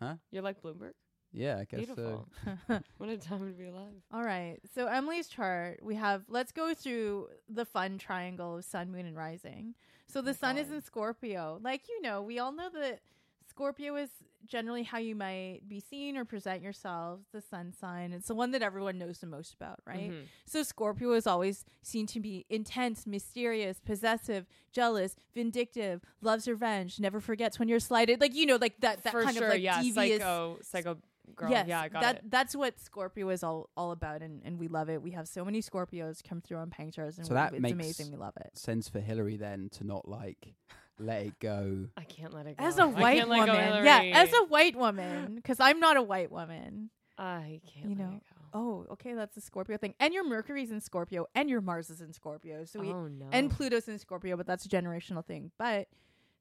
Speaker 3: You're like Bloomberg.
Speaker 1: Yeah, I guess uh,
Speaker 3: Beautiful.
Speaker 1: so.
Speaker 3: What a time to be alive.
Speaker 2: All right. So Emily's chart, we have let's go through the fun triangle of sun, moon, and rising. So the sun is
Speaker 3: fun.
Speaker 2: in Scorpio. Like you know, we all know that Scorpio is generally how you might be seen or present yourself, the sun sign. It's the one that everyone knows the most about, right?
Speaker 3: Mhm.
Speaker 2: So Scorpio is always seen to be intense, mysterious, possessive, jealous, vindictive, loves revenge, never forgets when you're slighted. Like you know, like that that
Speaker 3: For
Speaker 2: kind
Speaker 3: sure,
Speaker 2: of like
Speaker 3: yeah.
Speaker 2: devious
Speaker 3: Psycho, psycho girl.
Speaker 2: Yes,
Speaker 3: yeah, I got
Speaker 2: that
Speaker 3: it.
Speaker 2: that's what Scorpio is all all about, and, and we love it. We have so many Scorpios come through on Pang Jars, and
Speaker 1: So
Speaker 2: we-
Speaker 1: that
Speaker 2: it's
Speaker 1: makes
Speaker 2: amazing. We love it.
Speaker 1: Sense for Hillary then to not like let it go.
Speaker 3: I can't let it go.
Speaker 2: As a
Speaker 3: I
Speaker 2: white
Speaker 3: can't let
Speaker 2: woman,
Speaker 3: go,
Speaker 2: yeah,
Speaker 3: Hillary.
Speaker 2: as a white woman, because I'm not a white woman.
Speaker 3: I can't.
Speaker 2: you
Speaker 3: let
Speaker 2: know,
Speaker 3: it go.
Speaker 2: Oh, okay, that's the Scorpio thing. And your Mercury's in Scorpio, and your Mars is in Scorpio. So we
Speaker 3: oh no.
Speaker 2: and Pluto's in Scorpio, but that's a generational thing. But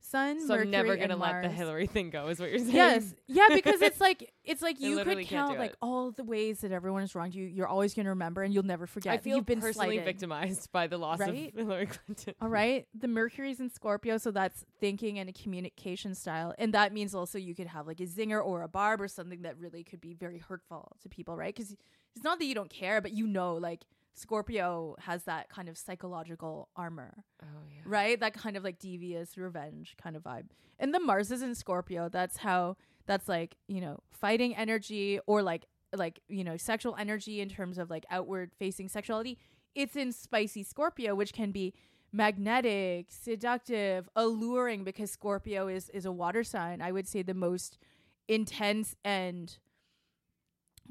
Speaker 2: Sun,
Speaker 3: so
Speaker 2: Mercury,
Speaker 3: I'm never gonna
Speaker 2: and
Speaker 3: let the
Speaker 2: Mars-
Speaker 3: Hillary thing go. Is what you're saying?
Speaker 2: Yes. Yeah, because it's like it's like
Speaker 3: I
Speaker 2: you
Speaker 3: literally
Speaker 2: could
Speaker 3: can't
Speaker 2: count
Speaker 3: do
Speaker 2: like
Speaker 3: it.
Speaker 2: all the ways that everyone has wronged you. You're always going to remember and you'll never forget.
Speaker 3: I feel
Speaker 2: You've been
Speaker 3: personally
Speaker 2: slighted.
Speaker 3: victimized by the loss
Speaker 2: Right?
Speaker 3: of Hillary Clinton.
Speaker 2: All right. The Mercury's in Scorpio, so that's thinking and a communication style. And that means also you could have like a zinger or a barb or something that really could be very hurtful to people, right? Because it's not that you don't care, but you know, like Scorpio has that kind of psychological armor,
Speaker 3: Oh yeah.
Speaker 2: right? That kind of like devious revenge kind of vibe. And the Mars is in Scorpio. That's how, that's like, you know, fighting energy or like, like, you know, sexual energy in terms of like outward facing sexuality. It's in spicy Scorpio, which can be magnetic, seductive, alluring because Scorpio is is a water sign. I would say the most intense and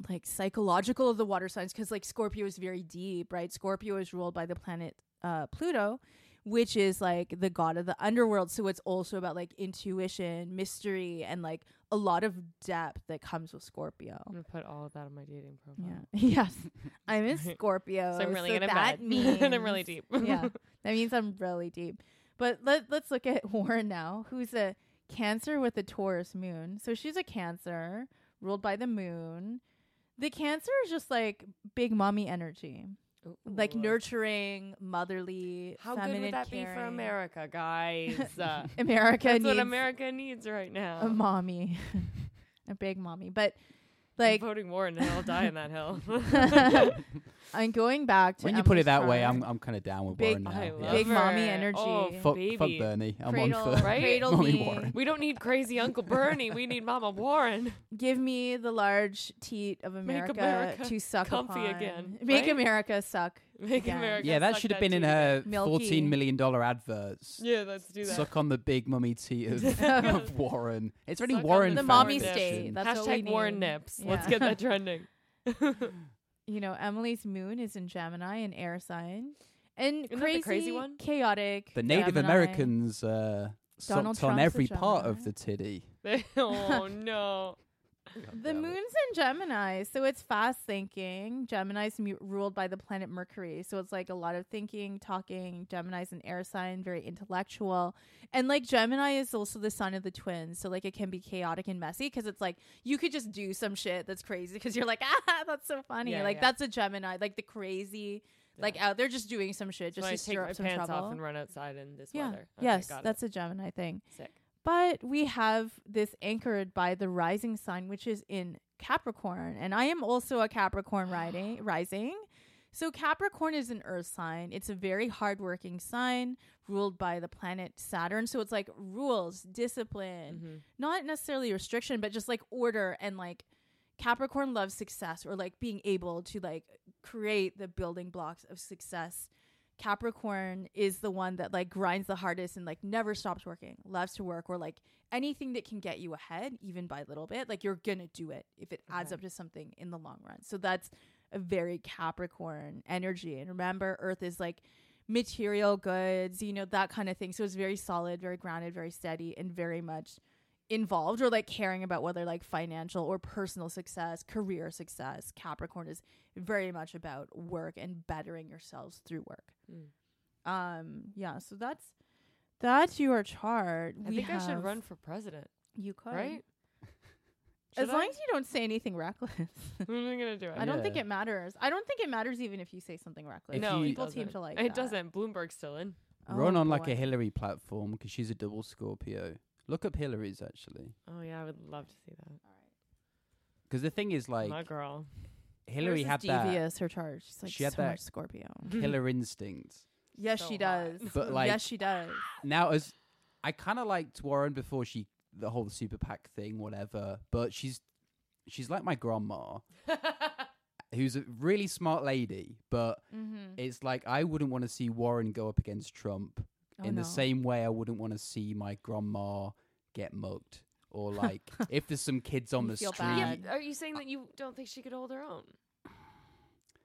Speaker 2: like psychological of the water signs cuz like Scorpio is very deep, right? Scorpio is ruled by the planet uh Pluto, which is like the god of the underworld, so it's also about like intuition, mystery and like a lot of depth that comes with Scorpio.
Speaker 3: I'm gonna put all of that on my dating profile.
Speaker 2: Yeah. Yes. I'm in Scorpio.
Speaker 3: So I'm really good at
Speaker 2: that
Speaker 3: bed. and I'm really
Speaker 2: means-
Speaker 3: deep.
Speaker 2: yeah, that means I'm really deep. But let let's look at Warren now, who's a Cancer with a Taurus moon. So she's a Cancer ruled by the moon. The Cancer is just like big mommy energy, like
Speaker 3: Ooh.
Speaker 2: nurturing, motherly.
Speaker 3: How
Speaker 2: feminine
Speaker 3: good would that be for
Speaker 2: caring.
Speaker 3: America, guys? Uh,
Speaker 2: America
Speaker 3: that's what
Speaker 2: needs
Speaker 3: America needs right now.
Speaker 2: a mommy, a big mommy. But
Speaker 3: I'm
Speaker 2: like,
Speaker 3: voting Warren, and I'll die in that hill.
Speaker 2: I'm going back to
Speaker 1: When you put it
Speaker 2: Emily's
Speaker 1: that way,
Speaker 2: chart.
Speaker 1: I'm I'm kind of down with Warren
Speaker 2: Big-
Speaker 1: now.
Speaker 3: I
Speaker 1: yeah.
Speaker 3: love
Speaker 2: Big mommy
Speaker 3: her.
Speaker 2: energy.
Speaker 3: Oh,
Speaker 2: Fuck-
Speaker 1: Fuck, fuck
Speaker 3: baby.
Speaker 1: Bernie. I'm
Speaker 2: cradle,
Speaker 1: on for
Speaker 3: Right?
Speaker 2: cradle
Speaker 1: Mommy
Speaker 2: me.
Speaker 1: Warren.
Speaker 3: we don't need crazy Uncle Bernie. We need Mama Warren.
Speaker 2: Give me the large teat of
Speaker 3: Make
Speaker 2: America,
Speaker 3: America
Speaker 2: to suck
Speaker 3: comfy
Speaker 2: upon.
Speaker 3: again,
Speaker 2: Make
Speaker 3: right?
Speaker 2: America suck.
Speaker 3: Make
Speaker 2: Yeah.
Speaker 3: America.
Speaker 1: Yeah, that
Speaker 3: suck
Speaker 1: should have been in
Speaker 3: tea.
Speaker 1: her
Speaker 2: Milky.
Speaker 1: fourteen million dollar adverts.
Speaker 3: Yeah, let's do that.
Speaker 1: Suck on the big mummy teat of, of Warren. It's already
Speaker 3: Suck on
Speaker 1: Warren.
Speaker 3: the
Speaker 1: fan
Speaker 3: mommy
Speaker 1: fiction.
Speaker 2: state. That's what we
Speaker 3: Hashtag Warren
Speaker 2: need.
Speaker 3: nips. Let's
Speaker 2: Yeah.
Speaker 3: get that trending.
Speaker 2: You know, Emily's moon is in Gemini, an air sign, and
Speaker 3: Isn't that
Speaker 2: crazy,
Speaker 3: the crazy one?
Speaker 2: chaotic.
Speaker 1: The Native
Speaker 2: Gemini.
Speaker 1: Americans uh,
Speaker 2: Donald
Speaker 1: sucked on
Speaker 2: Trump's a
Speaker 1: every part
Speaker 2: Gemini.
Speaker 1: of the titty.
Speaker 3: oh no.
Speaker 2: The moon's in Gemini, so it's fast thinking. Gemini's mu- ruled by the planet Mercury, so it's like a lot of thinking, talking. Gemini's an air sign, very intellectual, and like Gemini is also the sign of the twins, so like it can be chaotic and messy because it's like you could just do some shit that's crazy because you're like, ah, that's so funny.
Speaker 3: Yeah,
Speaker 2: like
Speaker 3: yeah.
Speaker 2: that's a Gemini, like the crazy, like out there just doing some shit
Speaker 3: Just
Speaker 2: just to
Speaker 3: I take
Speaker 2: stir
Speaker 3: my
Speaker 2: up some
Speaker 3: pants
Speaker 2: trouble.
Speaker 3: off and run outside in this
Speaker 2: yeah.
Speaker 3: weather. Okay,
Speaker 2: yes,
Speaker 3: got it.
Speaker 2: that's a Gemini thing.
Speaker 3: sick.
Speaker 2: But we have this anchored by the rising sign, which is in Capricorn. And I am also a Capricorn riding, rising. So Capricorn is an earth sign. It's a very hardworking sign ruled by the planet Saturn. So it's like rules, discipline,
Speaker 3: Mhm.
Speaker 2: not necessarily restriction, but just like order and like Capricorn loves success or like being able to like create the building blocks of success. Capricorn is the one that like grinds the hardest and like never stops working, loves to work or like anything that can get you ahead, even by a little bit, like you're gonna do it if it adds
Speaker 3: Okay.
Speaker 2: up to something in the long run. So that's a very Capricorn energy. And remember, Earth is like material goods, you know, that kind of thing. So it's very solid, very grounded, very steady, and very much involved or like caring about whether like financial or personal success, career success. Capricorn is very much about work and bettering yourselves through work.
Speaker 3: Mm.
Speaker 2: Um, yeah, so that's that's your chart.
Speaker 3: I
Speaker 2: We
Speaker 3: think I should
Speaker 2: have-
Speaker 3: run for president,
Speaker 2: You could,
Speaker 3: right?
Speaker 2: As
Speaker 3: Should
Speaker 2: long
Speaker 3: I?
Speaker 2: as you don't say anything reckless,
Speaker 3: I'm gonna do it.
Speaker 2: I don't think
Speaker 1: Yeah.
Speaker 2: it matters. I don't think it matters even if you say something reckless.
Speaker 1: If
Speaker 3: no,
Speaker 1: you-
Speaker 3: it
Speaker 2: people seem
Speaker 3: doesn't.
Speaker 2: to like
Speaker 3: it.
Speaker 2: that.
Speaker 3: Doesn't Bloomberg's still in?
Speaker 1: Run
Speaker 2: Oh,
Speaker 1: on like
Speaker 2: boy.
Speaker 1: a Hillary platform 'cause she's a double Scorpio. Look up Hillary's actually.
Speaker 3: Oh yeah, I would love to see that.
Speaker 1: Because the thing is, like,
Speaker 3: My girl.
Speaker 1: Hillary
Speaker 2: Hers is
Speaker 1: had that
Speaker 2: devious her chart. She's like
Speaker 1: She had
Speaker 2: so
Speaker 1: that-
Speaker 2: much Scorpio.
Speaker 1: killer instinct.
Speaker 2: Yes,
Speaker 3: So
Speaker 2: she
Speaker 3: hot.
Speaker 2: does.
Speaker 1: But, like-
Speaker 2: yes, she does.
Speaker 1: Now, as I kind of liked Warren before she the whole super PAC thing, whatever. But she's she's like my grandma, who's a really smart lady. But
Speaker 2: Mm-hmm.
Speaker 1: it's like I wouldn't want to see Warren go up against Trump
Speaker 2: Oh,
Speaker 3: Oh,
Speaker 1: in the same way I wouldn't want to see my grandma get mugged or like if there's some kids on
Speaker 2: You
Speaker 1: the
Speaker 2: feel
Speaker 1: street.
Speaker 3: yeah,
Speaker 2: bad.
Speaker 3: but are you saying that you don't think she could hold her own? I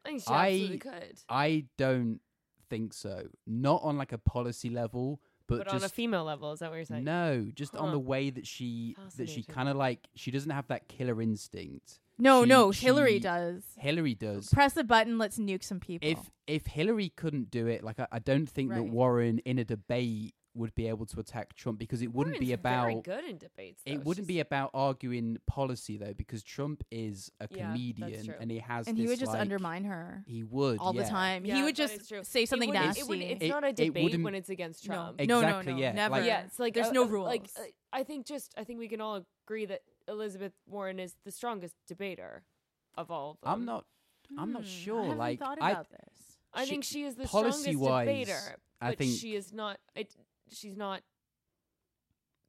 Speaker 3: think she
Speaker 1: I-
Speaker 3: absolutely could,
Speaker 1: I don't think so. Not on like a policy level, but,
Speaker 3: but,
Speaker 1: just
Speaker 3: on a female level, is that what you're saying?
Speaker 1: no, just on
Speaker 3: Huh.
Speaker 1: the way that she that she
Speaker 3: Fascinating.
Speaker 1: kind of like she doesn't have that killer instinct.
Speaker 2: No,
Speaker 1: She-
Speaker 2: no, Hillary
Speaker 1: she-
Speaker 2: does.
Speaker 1: Hillary does.
Speaker 2: Press a button. Let's nuke some people.
Speaker 1: If if Hillary couldn't do it, like I, I don't think that
Speaker 2: Right.
Speaker 1: Warren in a debate would be able to attack Trump because it wouldn't be
Speaker 3: Warren's very
Speaker 1: about
Speaker 3: good in debates.
Speaker 1: it
Speaker 3: though.
Speaker 1: wouldn't be
Speaker 3: She's-
Speaker 1: about arguing policy though because Trump is a
Speaker 3: Yeah, that's
Speaker 1: comedian
Speaker 3: true.
Speaker 1: and he has
Speaker 2: and he
Speaker 1: this,
Speaker 2: would just
Speaker 1: like-
Speaker 2: undermine her
Speaker 1: He would
Speaker 2: all
Speaker 1: yeah.
Speaker 2: the time.
Speaker 3: Yeah,
Speaker 2: he would
Speaker 3: that is
Speaker 2: just
Speaker 3: true.
Speaker 2: say something
Speaker 3: it wouldn't-
Speaker 2: nasty.
Speaker 3: It, wouldn't- it's
Speaker 1: It-
Speaker 3: not a
Speaker 1: it
Speaker 3: debate
Speaker 1: wouldn't-
Speaker 3: when it's against
Speaker 2: No.
Speaker 3: Trump.
Speaker 1: Ex-
Speaker 2: No, no,
Speaker 1: Exactly,
Speaker 2: no,
Speaker 1: yeah,
Speaker 2: Never.
Speaker 1: like-
Speaker 3: yeah, it's like
Speaker 2: there's
Speaker 3: uh,
Speaker 2: no
Speaker 3: uh,
Speaker 2: rules.
Speaker 3: Like uh, I think just I think we can all agree that Elizabeth Warren is the strongest debater of all. Of them.
Speaker 1: I'm not. I'm not
Speaker 2: Hmm,
Speaker 1: sure.
Speaker 2: I haven't
Speaker 1: like
Speaker 2: thought
Speaker 1: I,
Speaker 2: about this.
Speaker 3: I
Speaker 1: she-
Speaker 3: think she is the strongest
Speaker 1: policy-wise,
Speaker 3: debater, but
Speaker 1: I think
Speaker 3: she is not. It, she's not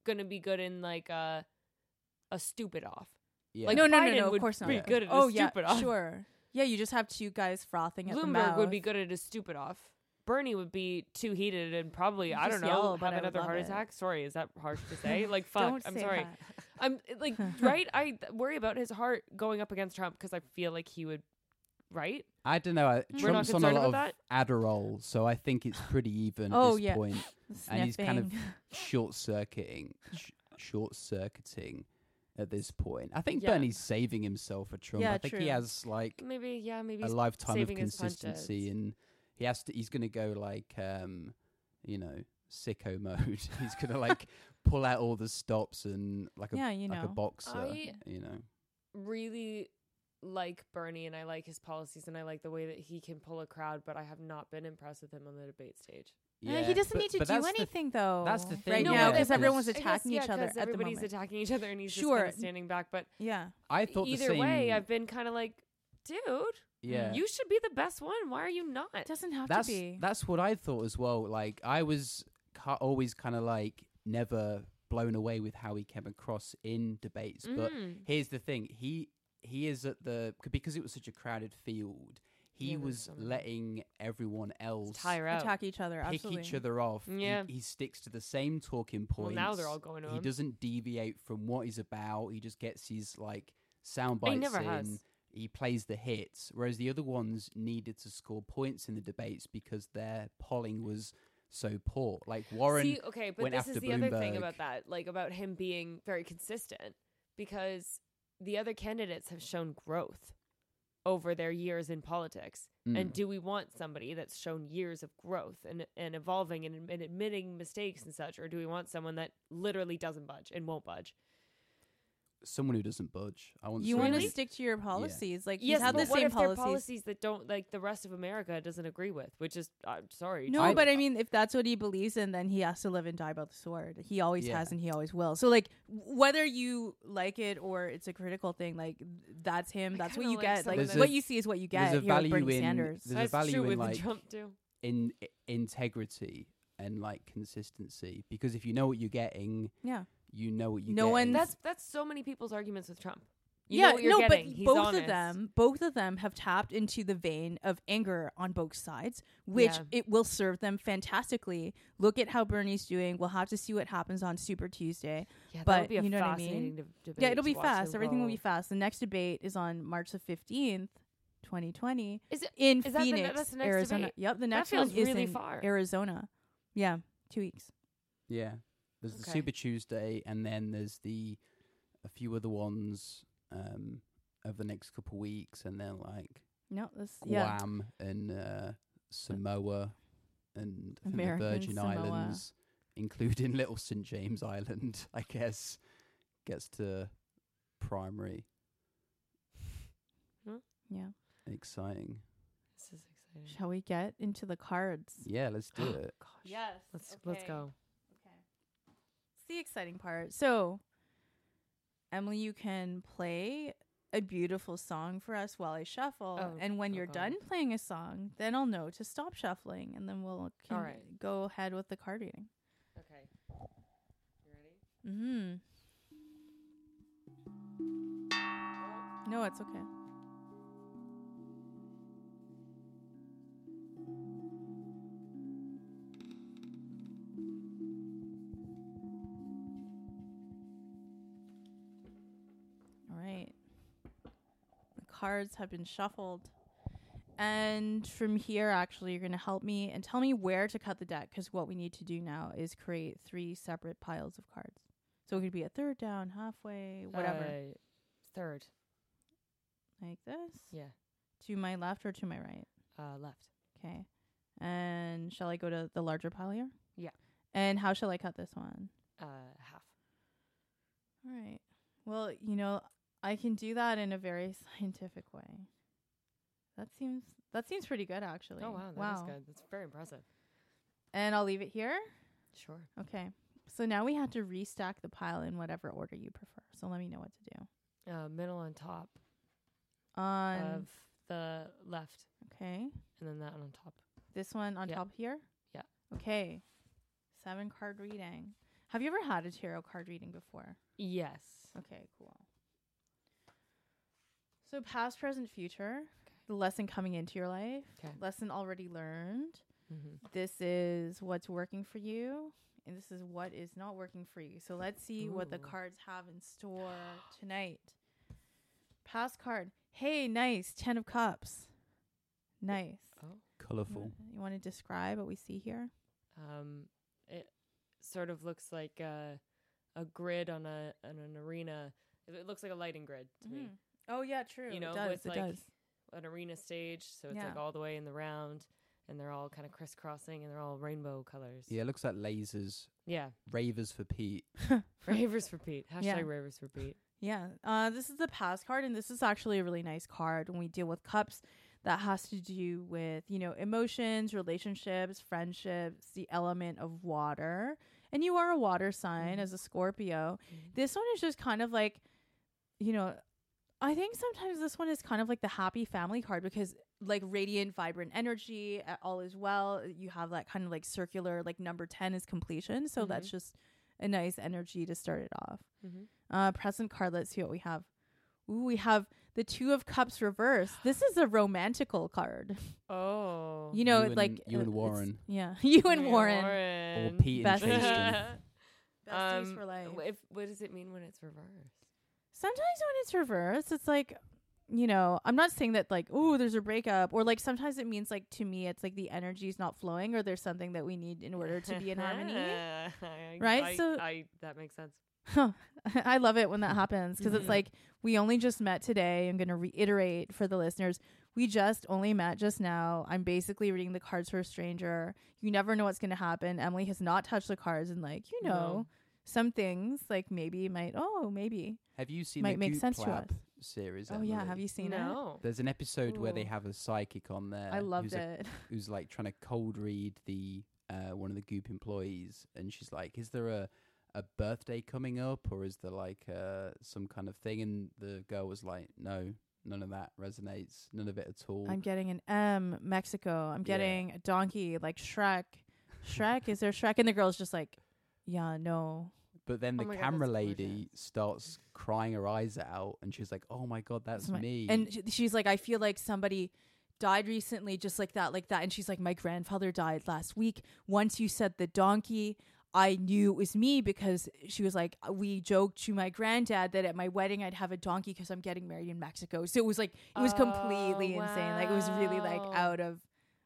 Speaker 3: gonna be good in like a a stupid off.
Speaker 1: yeah.
Speaker 3: like,
Speaker 2: no, no, no,
Speaker 3: Biden
Speaker 2: no. Of
Speaker 3: would
Speaker 2: course not.
Speaker 1: be
Speaker 3: good at a
Speaker 2: oh yeah,
Speaker 3: stupid off.
Speaker 2: sure. Yeah, you just have two guys frothing at the
Speaker 3: Bloomberg
Speaker 2: mouth.
Speaker 3: would be good at a stupid off. Bernie would be too heated and probably I
Speaker 2: Just
Speaker 3: don't know
Speaker 2: yell, but
Speaker 3: have
Speaker 2: I would
Speaker 3: another
Speaker 2: love
Speaker 3: heart
Speaker 2: it.
Speaker 3: attack. Sorry, is that harsh to say? Like fuck,
Speaker 2: Don't
Speaker 3: I'm
Speaker 2: say
Speaker 3: sorry.
Speaker 2: that.
Speaker 3: I'm like right. I th- worry about his heart going up against Trump because I feel like he would. Right?
Speaker 1: I don't know.
Speaker 2: not
Speaker 1: Trump's on a
Speaker 3: concerned
Speaker 1: lot of
Speaker 3: about
Speaker 1: Adderall, so I think it's pretty even at
Speaker 2: Oh,
Speaker 1: this
Speaker 2: yeah.
Speaker 1: point. And he's kind of-
Speaker 2: Sniffing.
Speaker 1: Short circuiting, sh- short circuiting at this point. I think
Speaker 3: Yeah.
Speaker 1: Bernie's saving himself for Trump.
Speaker 2: Yeah,
Speaker 1: I think he
Speaker 2: true.
Speaker 1: has like
Speaker 3: Maybe. Yeah. Maybe.
Speaker 1: a
Speaker 3: he's-
Speaker 1: lifetime of
Speaker 3: saving his
Speaker 1: consistency,
Speaker 3: punches.
Speaker 1: and he has to. He's gonna go like, um, you know, sicko mode. he's gonna like pull out all the stops and like a
Speaker 2: yeah, you
Speaker 1: like a
Speaker 2: know. Uh,
Speaker 1: boxer.
Speaker 3: I-
Speaker 1: you know.
Speaker 3: really like Bernie and I like his policies and I like the way that he can pull a crowd, but I have not been impressed with him on the debate stage.
Speaker 2: Yeah, Uh, he doesn't
Speaker 1: but-
Speaker 2: need to
Speaker 1: but
Speaker 2: do
Speaker 1: that's the
Speaker 2: anything though.
Speaker 1: that's the
Speaker 2: right
Speaker 1: thing,
Speaker 3: No,
Speaker 2: now
Speaker 3: but
Speaker 2: because
Speaker 1: I
Speaker 2: everyone's
Speaker 1: guess-
Speaker 3: I
Speaker 2: attacking
Speaker 3: guess,
Speaker 2: each
Speaker 3: yeah,
Speaker 2: other
Speaker 3: 'cause
Speaker 2: at the
Speaker 3: everybody's
Speaker 2: moment.
Speaker 3: attacking each other and he's just
Speaker 2: Sure.
Speaker 3: kind of standing back. But
Speaker 2: yeah,
Speaker 1: I thought the
Speaker 3: either
Speaker 1: same.
Speaker 3: way, I've been kind of like, dude,
Speaker 1: yeah,
Speaker 3: you should be the best one. Why are you not?
Speaker 2: it doesn't have
Speaker 1: that's
Speaker 2: to be.
Speaker 1: that's what I thought as well. Like I was ca- always kind of like never blown away with how he came across in debates. But
Speaker 3: Mm.
Speaker 1: here's the thing: he he is at the c- because it was such a crowded field. He
Speaker 3: Yeah, there was
Speaker 1: was
Speaker 3: so many.
Speaker 1: letting everyone else
Speaker 3: Tire out.
Speaker 2: Attack each other.
Speaker 1: pick
Speaker 2: Absolutely.
Speaker 1: each other off. He-
Speaker 3: Yeah.
Speaker 1: He, sticks to the same talking
Speaker 3: Well,
Speaker 1: points.
Speaker 3: now they're all going to
Speaker 1: he
Speaker 3: him.
Speaker 1: doesn't deviate from what he's about. He just gets his like sound
Speaker 3: He
Speaker 1: bites
Speaker 3: never
Speaker 1: in.
Speaker 3: has.
Speaker 1: He plays the hits, whereas the other ones needed to score points in the debates because their polling was so poor. Like Warren,
Speaker 3: See, okay, but
Speaker 1: went
Speaker 3: this is
Speaker 1: after
Speaker 3: the other thing
Speaker 1: Bloomberg.
Speaker 3: about that, like about him being very consistent, because the other candidates have shown growth over their years in politics. And
Speaker 1: Mm.
Speaker 3: do we want somebody that's shown years of growth and, and evolving and, and admitting mistakes and such, or do we want someone that literally doesn't budge and won't budge?
Speaker 1: someone who doesn't budge. I want
Speaker 2: You
Speaker 1: someone
Speaker 2: want
Speaker 1: who-
Speaker 2: to stick to your policies. Like
Speaker 3: yes,
Speaker 2: he's had
Speaker 3: but
Speaker 2: the
Speaker 3: what
Speaker 2: same
Speaker 3: if they're
Speaker 2: policies.
Speaker 3: policies that don't like the rest of America doesn't agree with? Which is, I'm sorry,
Speaker 2: No,
Speaker 1: I-
Speaker 2: but I mean, if that's what he believes in, then he has to live and die by the sword. He always
Speaker 1: Yeah.
Speaker 2: has, and he always will. So, like, w- whether you like it or it's a critical thing, like that's him.
Speaker 3: I
Speaker 2: That's what
Speaker 3: kinda
Speaker 2: you
Speaker 3: like
Speaker 2: get.
Speaker 3: some
Speaker 2: Like,
Speaker 1: of
Speaker 2: what
Speaker 1: the-
Speaker 2: you see is what you
Speaker 1: there's
Speaker 2: get.
Speaker 1: a
Speaker 2: here with
Speaker 1: value
Speaker 2: Bernie
Speaker 1: in-
Speaker 2: Sanders.
Speaker 1: there's a
Speaker 3: that's
Speaker 1: value
Speaker 3: true
Speaker 1: in,
Speaker 3: with
Speaker 1: like-
Speaker 3: the Trump too.
Speaker 1: in i- integrity and like consistency because if you know what you're getting,
Speaker 2: yeah,
Speaker 1: you know what you
Speaker 2: No one-
Speaker 1: getting.
Speaker 3: That's that's so many people's arguments with Trump. You
Speaker 2: yeah.
Speaker 3: know what you're
Speaker 2: no,
Speaker 3: getting.
Speaker 2: but
Speaker 3: He's
Speaker 2: both of
Speaker 3: honest.
Speaker 2: them, both of them have tapped into the vein of anger on both sides, which
Speaker 3: Yeah.
Speaker 2: it will serve them fantastically. Look at how Bernie's doing. We'll have to see what happens on Super Tuesday.
Speaker 3: Yeah, that
Speaker 2: But
Speaker 3: would be a
Speaker 2: you know what I
Speaker 3: fascinating
Speaker 2: mean?
Speaker 3: de- debate.
Speaker 2: Yeah, it'll
Speaker 3: to
Speaker 2: be
Speaker 3: watch them
Speaker 2: fast. Everything will
Speaker 3: go.
Speaker 2: be fast. The next debate is on March the fiftth, twenty twenty,
Speaker 3: Is it?
Speaker 2: in
Speaker 3: Is that the ne-
Speaker 2: Phoenix,
Speaker 3: that's the next
Speaker 2: Arizona.
Speaker 3: debate?
Speaker 2: Yep, the next
Speaker 3: feels
Speaker 2: one is
Speaker 3: really
Speaker 2: in
Speaker 3: far.
Speaker 2: Arizona. Yeah, two weeks.
Speaker 1: yeah. There's the
Speaker 3: Okay.
Speaker 1: Super Tuesday, and then there's the a few other ones um, over the next couple weeks, and then like
Speaker 2: No, this yeah.
Speaker 1: Guam and uh, Samoa and I think the
Speaker 2: American
Speaker 1: Virgin
Speaker 2: Samoa.
Speaker 1: Islands, including Little St James Island, I guess, gets to primary.
Speaker 2: Yeah.
Speaker 1: Exciting.
Speaker 3: This is exciting.
Speaker 2: Shall we get into the cards?
Speaker 1: Yeah, let's do it.
Speaker 3: Gosh.
Speaker 2: Yes.
Speaker 3: Let's let's go.
Speaker 2: Okay. It's the exciting part. So, Emily, you can play a beautiful song for us while I shuffle.
Speaker 3: Oh,
Speaker 2: and when
Speaker 3: oh
Speaker 2: you're
Speaker 3: God.
Speaker 2: done playing a song, then I'll know to stop shuffling and then we'll can
Speaker 3: right.
Speaker 2: go ahead with the card reading.
Speaker 3: Okay. You ready?
Speaker 2: Mm hmm. No, it's okay. All right. The cards have been shuffled. And from here, actually, you're going to help me and tell me where to cut the deck because what we need to do now is create three separate piles of cards. So it could be a third down, halfway, whatever.
Speaker 3: Uh, third.
Speaker 2: like this.
Speaker 3: Yeah.
Speaker 2: To my left or to my right?
Speaker 3: Uh, left.
Speaker 2: Okay. And shall I go to the larger pile here?
Speaker 3: Yeah.
Speaker 2: And how shall I cut this one?
Speaker 3: Uh, half.
Speaker 2: All right. Well, you know, I can do that in a very scientific way. That seems that seems pretty good actually.
Speaker 3: Oh wow, that is good. That's very impressive.
Speaker 2: And I'll leave it here.
Speaker 3: Sure.
Speaker 2: Okay. So now we have to restack the pile in whatever order you prefer. So let me know what to do.
Speaker 3: Uh, middle on top
Speaker 2: On
Speaker 3: of the left,
Speaker 2: okay,
Speaker 3: and then that one on top.
Speaker 2: this one on
Speaker 3: Yeah.
Speaker 2: top here.
Speaker 3: Yeah.
Speaker 2: Okay. Seven card reading. Have you ever had a tarot card reading before?
Speaker 3: Yes.
Speaker 2: Okay, cool. So past, present, future. The lesson coming into your life.
Speaker 3: 'Kay.
Speaker 2: Lesson already learned.
Speaker 3: Mm-hmm.
Speaker 2: this is what's working for you and this is what is not working for you. So let's see what the
Speaker 3: Ooh.
Speaker 2: cards have in store tonight. Past card. Hey, nice. 10 of cups. Nice.
Speaker 3: Oh.
Speaker 2: You
Speaker 1: Colourful.
Speaker 2: wanna- You want to describe what we see here?
Speaker 3: Um, it sort of looks like a a grid on a on an arena. It- It looks like a lighting grid to me.
Speaker 2: Oh, yeah, true.
Speaker 3: You know,
Speaker 2: it does.
Speaker 3: with
Speaker 2: it
Speaker 3: like
Speaker 2: does.
Speaker 3: an arena stage, so it's like
Speaker 2: Yeah.
Speaker 3: all the way in the round, and they're all kind of crisscrossing, and they're all rainbow colors.
Speaker 1: Yeah, it looks like lasers.
Speaker 3: Yeah.
Speaker 1: Ravers for Pete.
Speaker 3: Ravers repeat. Hashtag
Speaker 2: Yeah.
Speaker 3: ravers repeat.
Speaker 2: Yeah. Uh, this is the past card, and this is actually a really nice card when we deal with cups. That has to do with, you know, emotions, relationships, friendships, the element of water. And you are a water sign
Speaker 3: Mhm.
Speaker 2: as a Scorpio.
Speaker 3: Mhm.
Speaker 2: This one is just kind of like, you know, I think sometimes this one is kind of like the happy family card because, like, radiant, vibrant energy, uh, all is well. You have that kind of like circular, like, number 10 is completion. So that's
Speaker 3: Mhm.
Speaker 2: just a nice energy to start it off.
Speaker 3: Mm-hmm.
Speaker 2: Uh, present card. Let's see what we have. Ooh, we have the Two of Cups reversed. This is a romantical card.
Speaker 3: Oh.
Speaker 2: You know,
Speaker 1: You
Speaker 2: it's like uh,
Speaker 1: and- you and
Speaker 2: it's-
Speaker 1: Warren.
Speaker 2: Yeah, you and
Speaker 3: Hey,
Speaker 2: Warren.
Speaker 1: Or
Speaker 3: Warren.
Speaker 1: Pete and
Speaker 2: Best-
Speaker 1: Tristan.
Speaker 2: Besties
Speaker 3: Um,
Speaker 2: for life.
Speaker 3: w- If, what does it mean when it's reversed?
Speaker 2: Sometimes when it's reversed, it's like, you know, I'm not saying that like, oh, there's a breakup, or like sometimes it means like to me, it's like the energy's not flowing, or there's something that we need in order to be in harmony.
Speaker 3: I-
Speaker 2: Right?
Speaker 3: I,
Speaker 2: So-
Speaker 3: I, that makes sense.
Speaker 2: I love it when that happens because
Speaker 3: Mhm.
Speaker 2: it's like we only just met today. I'm going to reiterate for the listeners we just only met just now. I'm basically reading the cards for a stranger. You never know what's going to happen. Emily has not touched the cards, and like, you
Speaker 3: No.
Speaker 2: know, some things like maybe might, oh, maybe.
Speaker 1: Have you seen
Speaker 2: Might
Speaker 1: the
Speaker 2: make
Speaker 1: Goop
Speaker 2: sense to
Speaker 1: Lab
Speaker 2: us.
Speaker 1: series?
Speaker 2: oh, yeah. Have
Speaker 1: Emily?
Speaker 2: you seen it?
Speaker 3: no.
Speaker 1: There's an episode where they
Speaker 3: Ooh.
Speaker 1: have a psychic on there.
Speaker 2: I loved
Speaker 1: who's a-
Speaker 2: it.
Speaker 1: who's like trying to cold read the uh, one of the Goop employees, and she's like, "Is there a a birthday coming up, or is there like uh, some kind of thing?" And the girl was like, "No, none of that resonates. None of it at all."
Speaker 2: I'm getting an M, Mexico. I'm
Speaker 1: Yeah.
Speaker 2: getting a donkey, like Shrek. Shrek, is there Shrek? And the girl's just like, yeah, no.
Speaker 1: but then
Speaker 3: Oh
Speaker 1: the
Speaker 3: my God,
Speaker 1: camera
Speaker 3: that's
Speaker 1: lady
Speaker 3: gorgeous.
Speaker 1: starts crying her eyes out, and she's like, "Oh my god, that's
Speaker 2: my-
Speaker 1: me."
Speaker 2: And sh- she's like, I feel like somebody died recently, just like that, like that. And she's like, my grandfather died last week. Once you said the donkey, I knew it was me because she was like, uh, we joked to my granddad that at my wedding I'd have a donkey because I'm getting married in Mexico. So it was like, it was completely
Speaker 3: Oh,
Speaker 2: insane. Like it was really like
Speaker 3: wow.
Speaker 2: out of,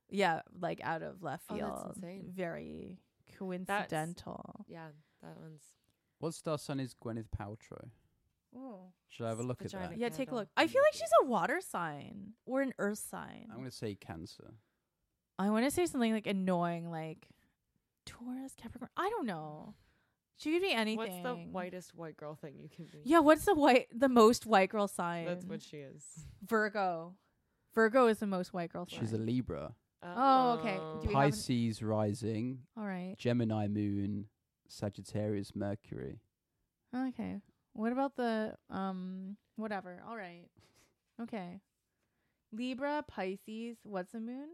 Speaker 2: yeah, like out of left
Speaker 3: Oh,
Speaker 2: field.
Speaker 3: that's insane.
Speaker 2: Very
Speaker 3: That's-
Speaker 2: coincidental.
Speaker 3: Yeah. That one's
Speaker 1: What star sign is Gwyneth Paltrow?
Speaker 2: Oh.
Speaker 1: Should I have a
Speaker 3: S-
Speaker 1: look at
Speaker 3: vagina.
Speaker 1: that?
Speaker 2: Yeah, take a
Speaker 3: Candle.
Speaker 2: look. I feel like she's a water sign or an earth sign.
Speaker 1: I'm gonna say Cancer.
Speaker 2: I want to say something like annoying, like Taurus, Capricorn. I don't know. She could be anything.
Speaker 3: what's the whitest white girl thing you can be?
Speaker 2: Yeah, what's the white, the most white girl sign?
Speaker 3: that's what she is.
Speaker 2: Virgo. Virgo is the most white girl
Speaker 1: She's a
Speaker 2: sign.
Speaker 1: Libra.
Speaker 2: Oh, okay. Do we have an-
Speaker 1: Pisces rising,
Speaker 2: All right.
Speaker 1: Gemini moon, Sagittarius Mercury.
Speaker 2: Okay. What about the um whatever? All right. Okay. Libra, Pisces, what's the moon?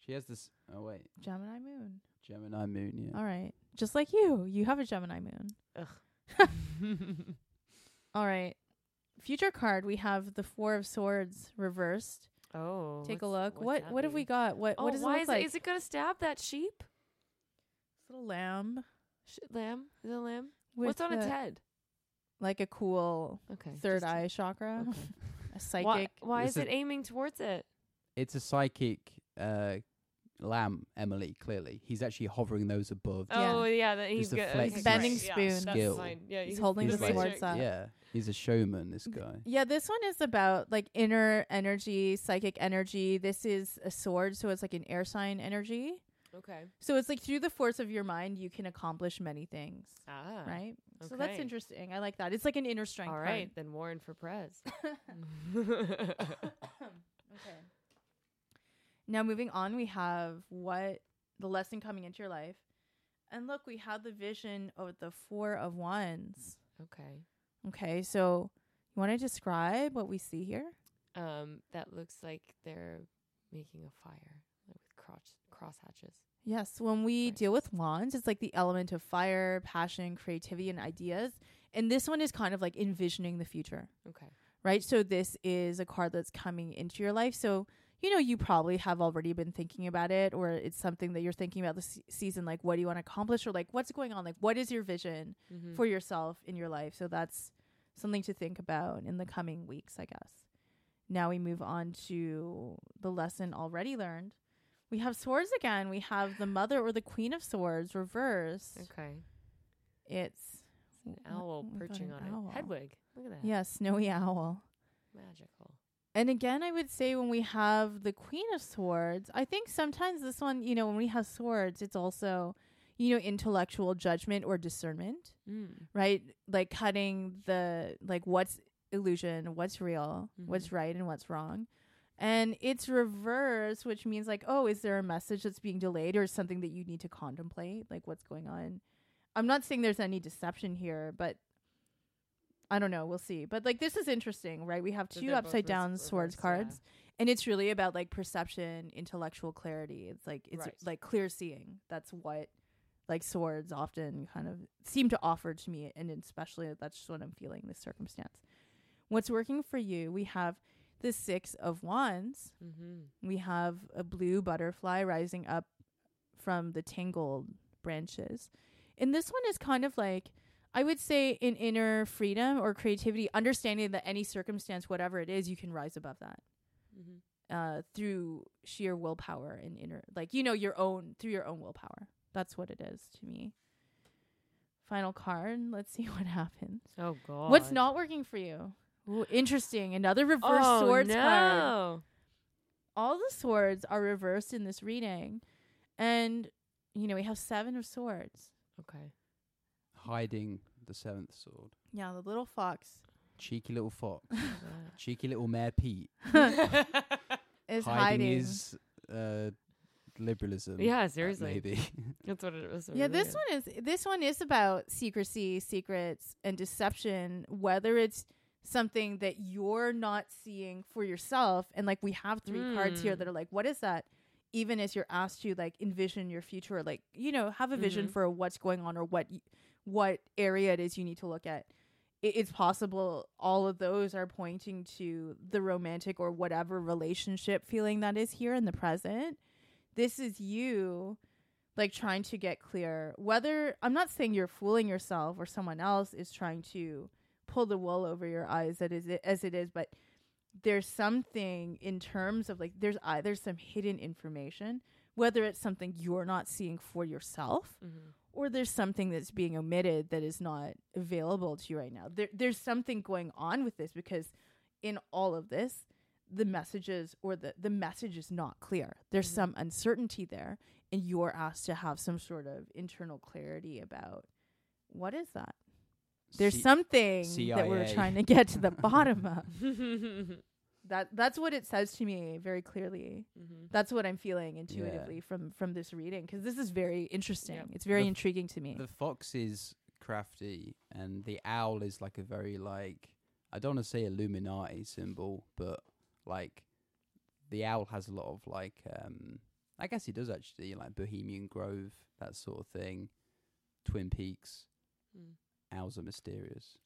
Speaker 1: She has this. Oh wait,
Speaker 2: Gemini moon.
Speaker 1: Gemini moon. Yeah.
Speaker 2: All right. Just like you. You have a Gemini moon. All right. Future card, we have the 4 of swords reversed.
Speaker 3: oh,
Speaker 2: Take a
Speaker 3: what's-
Speaker 2: look.
Speaker 3: what's
Speaker 2: What
Speaker 3: that
Speaker 2: what have we
Speaker 3: mean?
Speaker 2: got? What
Speaker 3: Oh,
Speaker 2: what does it
Speaker 3: why
Speaker 2: look
Speaker 3: is
Speaker 2: like?
Speaker 3: it? Is it gonna stab that sheep?
Speaker 2: little lamb
Speaker 3: Sh- lamb? Is it a lamb?
Speaker 2: with
Speaker 3: What's on its
Speaker 2: the-
Speaker 3: head?
Speaker 2: Like a cool
Speaker 3: Okay.
Speaker 2: third
Speaker 3: just-
Speaker 2: eye chakra,
Speaker 3: okay.
Speaker 2: a
Speaker 3: Why-
Speaker 2: psychic.
Speaker 3: Why,
Speaker 1: This
Speaker 3: is it
Speaker 1: is-
Speaker 3: aiming towards it?
Speaker 1: It's a psychic uh, lamb, Emily. Clearly, he's actually hovering those above.
Speaker 2: Yeah.
Speaker 3: Oh yeah, that he's
Speaker 1: Just a
Speaker 3: good.
Speaker 1: flex
Speaker 3: okay,
Speaker 2: Bending
Speaker 3: great.
Speaker 2: spoon.
Speaker 3: Yeah, that's
Speaker 1: Skill.
Speaker 3: fine. Yeah, you
Speaker 2: He's
Speaker 3: can
Speaker 2: holding
Speaker 1: the
Speaker 3: just picture-
Speaker 2: swords up.
Speaker 1: Yeah, he's a showman. This guy.
Speaker 2: Yeah, this one is about like inner energy, psychic energy. This is a sword, so it's like an air sign energy.
Speaker 3: Okay.
Speaker 2: So it's like through the force of your mind, you can accomplish many things,
Speaker 3: Ah.
Speaker 2: right? So that's
Speaker 3: okay.
Speaker 2: interesting. I like that. It's like an inner strength.
Speaker 3: All
Speaker 2: card.
Speaker 3: right, then Warren for Prez.
Speaker 2: Okay. Now moving on, we have what the lesson coming into your life, and look, we had the vision of the four of wands.
Speaker 3: okay.
Speaker 2: Okay, so you want to describe what we see here?
Speaker 3: Um, that looks like they're making a fire with crotch cross hatches.
Speaker 2: Yes, when we
Speaker 3: Right.
Speaker 2: deal with wands, it's like the element of fire, passion, creativity, and ideas. And this one is kind of like envisioning the future,
Speaker 3: Okay.
Speaker 2: right? So, this is a card that's coming into your life. So, you know, you probably have already been thinking about it, or it's something that you're thinking about this se- season. Like, what do you want to accomplish? Or, like, what's going on? Like, what is your vision
Speaker 3: Mm-hmm.
Speaker 2: for yourself in your life? So, that's something to think about in the coming weeks, I guess. Now we move on to the lesson already learned. We have swords again. We have the mother or the queen of swords reversed.
Speaker 3: okay.
Speaker 2: It's
Speaker 3: An
Speaker 2: Wh-
Speaker 3: owl
Speaker 2: we've got
Speaker 3: perching
Speaker 2: an
Speaker 3: on
Speaker 2: owl.
Speaker 3: it. Hedwig. Look at that.
Speaker 2: yeah, snowy owl.
Speaker 3: Magical.
Speaker 2: And again, I would say when we have the queen of swords, I think sometimes this one, you know, when we have swords, it's also, you know, intellectual judgment or discernment,
Speaker 3: Mm.
Speaker 2: right? Like cutting the like what's illusion, what's real,
Speaker 3: Mm-hmm.
Speaker 2: what's right and what's wrong. And it's reverse, which means like, oh, is there a message that's being delayed or something that you need to contemplate? Like what's going on? I'm not saying there's any deception here, but I don't know. We'll see. But like this is interesting, right? We have
Speaker 3: So
Speaker 2: two
Speaker 3: they're both
Speaker 2: upside
Speaker 3: res-
Speaker 2: down swords
Speaker 3: reversed, yeah.
Speaker 2: cards. And it's really about like perception, intellectual clarity. It's like it's
Speaker 3: Right.
Speaker 2: like clear seeing. That's what like swords often kind of seem to offer to me and especially that's just what I'm feeling in this circumstance. What's working for you? We have the 6 of wands.
Speaker 3: Mm-hmm.
Speaker 2: We have a blue butterfly rising up from the tangled branches. And this one is kind of like, I would say, an inner freedom or creativity, understanding that any circumstance, whatever it is, you can rise above that
Speaker 3: Mm-hmm.
Speaker 2: uh, through sheer willpower and inner, like, you know, your own, through your own willpower. That's what it is to me. Final card. Let's see what happens.
Speaker 3: Oh god.
Speaker 2: What's not working for you? Ooh, interesting. Another reverse
Speaker 3: oh,
Speaker 2: swords
Speaker 3: no.
Speaker 2: card all the swords are reversed in this reading. And, you know, we have seven of swords.
Speaker 3: Okay.
Speaker 1: Hiding the seventh sword.
Speaker 2: Yeah, the little fox
Speaker 1: Cheeky little fox.
Speaker 3: Look at that.
Speaker 1: Cheeky little Mayor Pete hiding,
Speaker 2: is hiding.
Speaker 1: his uh, liberalism.
Speaker 3: yeah,
Speaker 1: uh,
Speaker 3: seriously.
Speaker 1: Maybe.
Speaker 3: That's what it was.
Speaker 2: yeah, this one is this one is about secrecy, secrets, and deception, whether it's something that you're not seeing for yourself. And like we have three cards here
Speaker 3: Mm.
Speaker 2: that are like, what is that? Even as you're asked to like envision your future, or, like, you know, have a vision
Speaker 3: Mhm.
Speaker 2: for what's going on or what y- what area it is you need to look at. it, it's possible all of those are pointing to the romantic or whatever relationship feeling that is here in the present. This is you like trying to get clear whether I'm not saying you're fooling yourself or someone else is trying to pull the wool over your eyes that is it, as it is but there's something in terms of like there's either some hidden information whether it's something you're not seeing for yourself
Speaker 3: Mm-hmm.
Speaker 2: or there's something that's being omitted that is not available to you right now. There, there's something going on with this because in all of this, the messages or the, the message is not clear. There's
Speaker 3: Mhm.
Speaker 2: some uncertainty there, and you're asked to have some sort of internal clarity about what is that? There's
Speaker 1: See-
Speaker 2: something that we're
Speaker 1: CIA.
Speaker 2: trying to get to the bottom of.
Speaker 3: mm-hmm.
Speaker 2: That that's what it says to me very clearly.
Speaker 3: Mm-hmm.
Speaker 2: That's what I'm feeling intuitively from from this reading because this is very interesting.
Speaker 3: Yep.
Speaker 2: It's very
Speaker 1: The f-
Speaker 2: intriguing to me.
Speaker 1: The fox is crafty, and the owl is like a very like I don't want to say Illuminati symbol, but like the owl has a lot of like um I guess he does actually like Bohemian Grove that sort of thing, Twin Peaks.
Speaker 3: Mm.
Speaker 1: Owls are mysterious.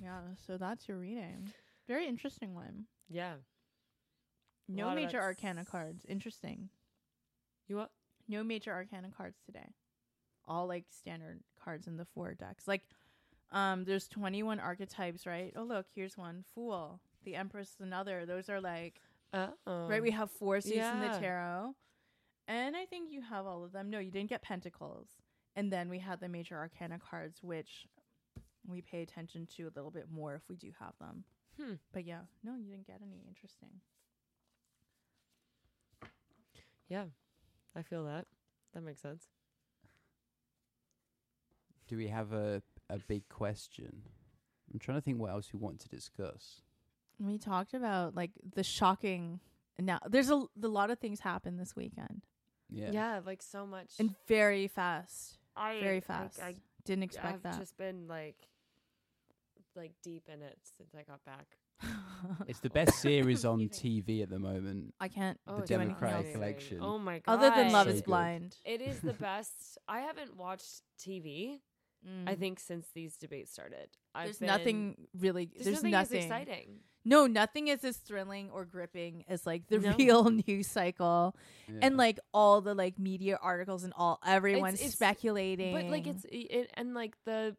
Speaker 2: yeah, so that's your reading. Very interesting one.
Speaker 3: Yeah.
Speaker 2: No
Speaker 3: lot of
Speaker 2: major
Speaker 3: that's-
Speaker 2: arcana cards. Interesting.
Speaker 3: You what?
Speaker 2: No major arcana cards today. All like standard cards in the four decks. Like um there's 21 archetypes, right? Oh look, here's one. Fool. The Empress is another. Those are like
Speaker 3: Uh
Speaker 2: right we have four suits in the
Speaker 3: yeah.
Speaker 2: tarot. And I think you have all of them. No, you didn't get pentacles. And then we had the major arcana cards which we pay attention to a little bit more if we do have them.
Speaker 3: Hmm.
Speaker 2: But yeah, no, you didn't get any interesting.
Speaker 3: Yeah. I feel that. That makes sense.
Speaker 1: Do we have a a big question? I'm trying to think what else we want to discuss.
Speaker 2: We talked about like the shocking. Now there's a, a lot of things happen this weekend
Speaker 1: Yeah.
Speaker 3: like so much.
Speaker 2: and very fast,
Speaker 3: I
Speaker 2: very fast.
Speaker 3: I,
Speaker 2: Didn't expect
Speaker 3: have
Speaker 2: that.
Speaker 3: just been like, like deep in it since I got back.
Speaker 1: It's the best series on
Speaker 3: Excuse
Speaker 1: TV at the moment.
Speaker 2: I can't
Speaker 1: The
Speaker 3: Oh, it's
Speaker 2: do anything
Speaker 1: Democratic
Speaker 2: else
Speaker 3: amazing.
Speaker 1: election.
Speaker 3: Oh my god!
Speaker 2: other than Love
Speaker 1: So
Speaker 2: Is
Speaker 1: good.
Speaker 2: Blind.
Speaker 3: It is the best. I haven't watched TV. I
Speaker 1: Mm-hmm.
Speaker 2: Mm.
Speaker 3: think since these debates started, I've
Speaker 2: there's
Speaker 3: been-
Speaker 2: nothing really.
Speaker 3: There's,
Speaker 2: There's,
Speaker 3: nothing,
Speaker 2: nothing.
Speaker 3: as exciting.
Speaker 2: No, nothing is as thrilling or gripping as like the
Speaker 3: No.
Speaker 2: real news cycle and
Speaker 1: Yeah.
Speaker 2: like all the like media articles and all everyone's
Speaker 3: it's-
Speaker 2: speculating.
Speaker 3: But like it's it, and like the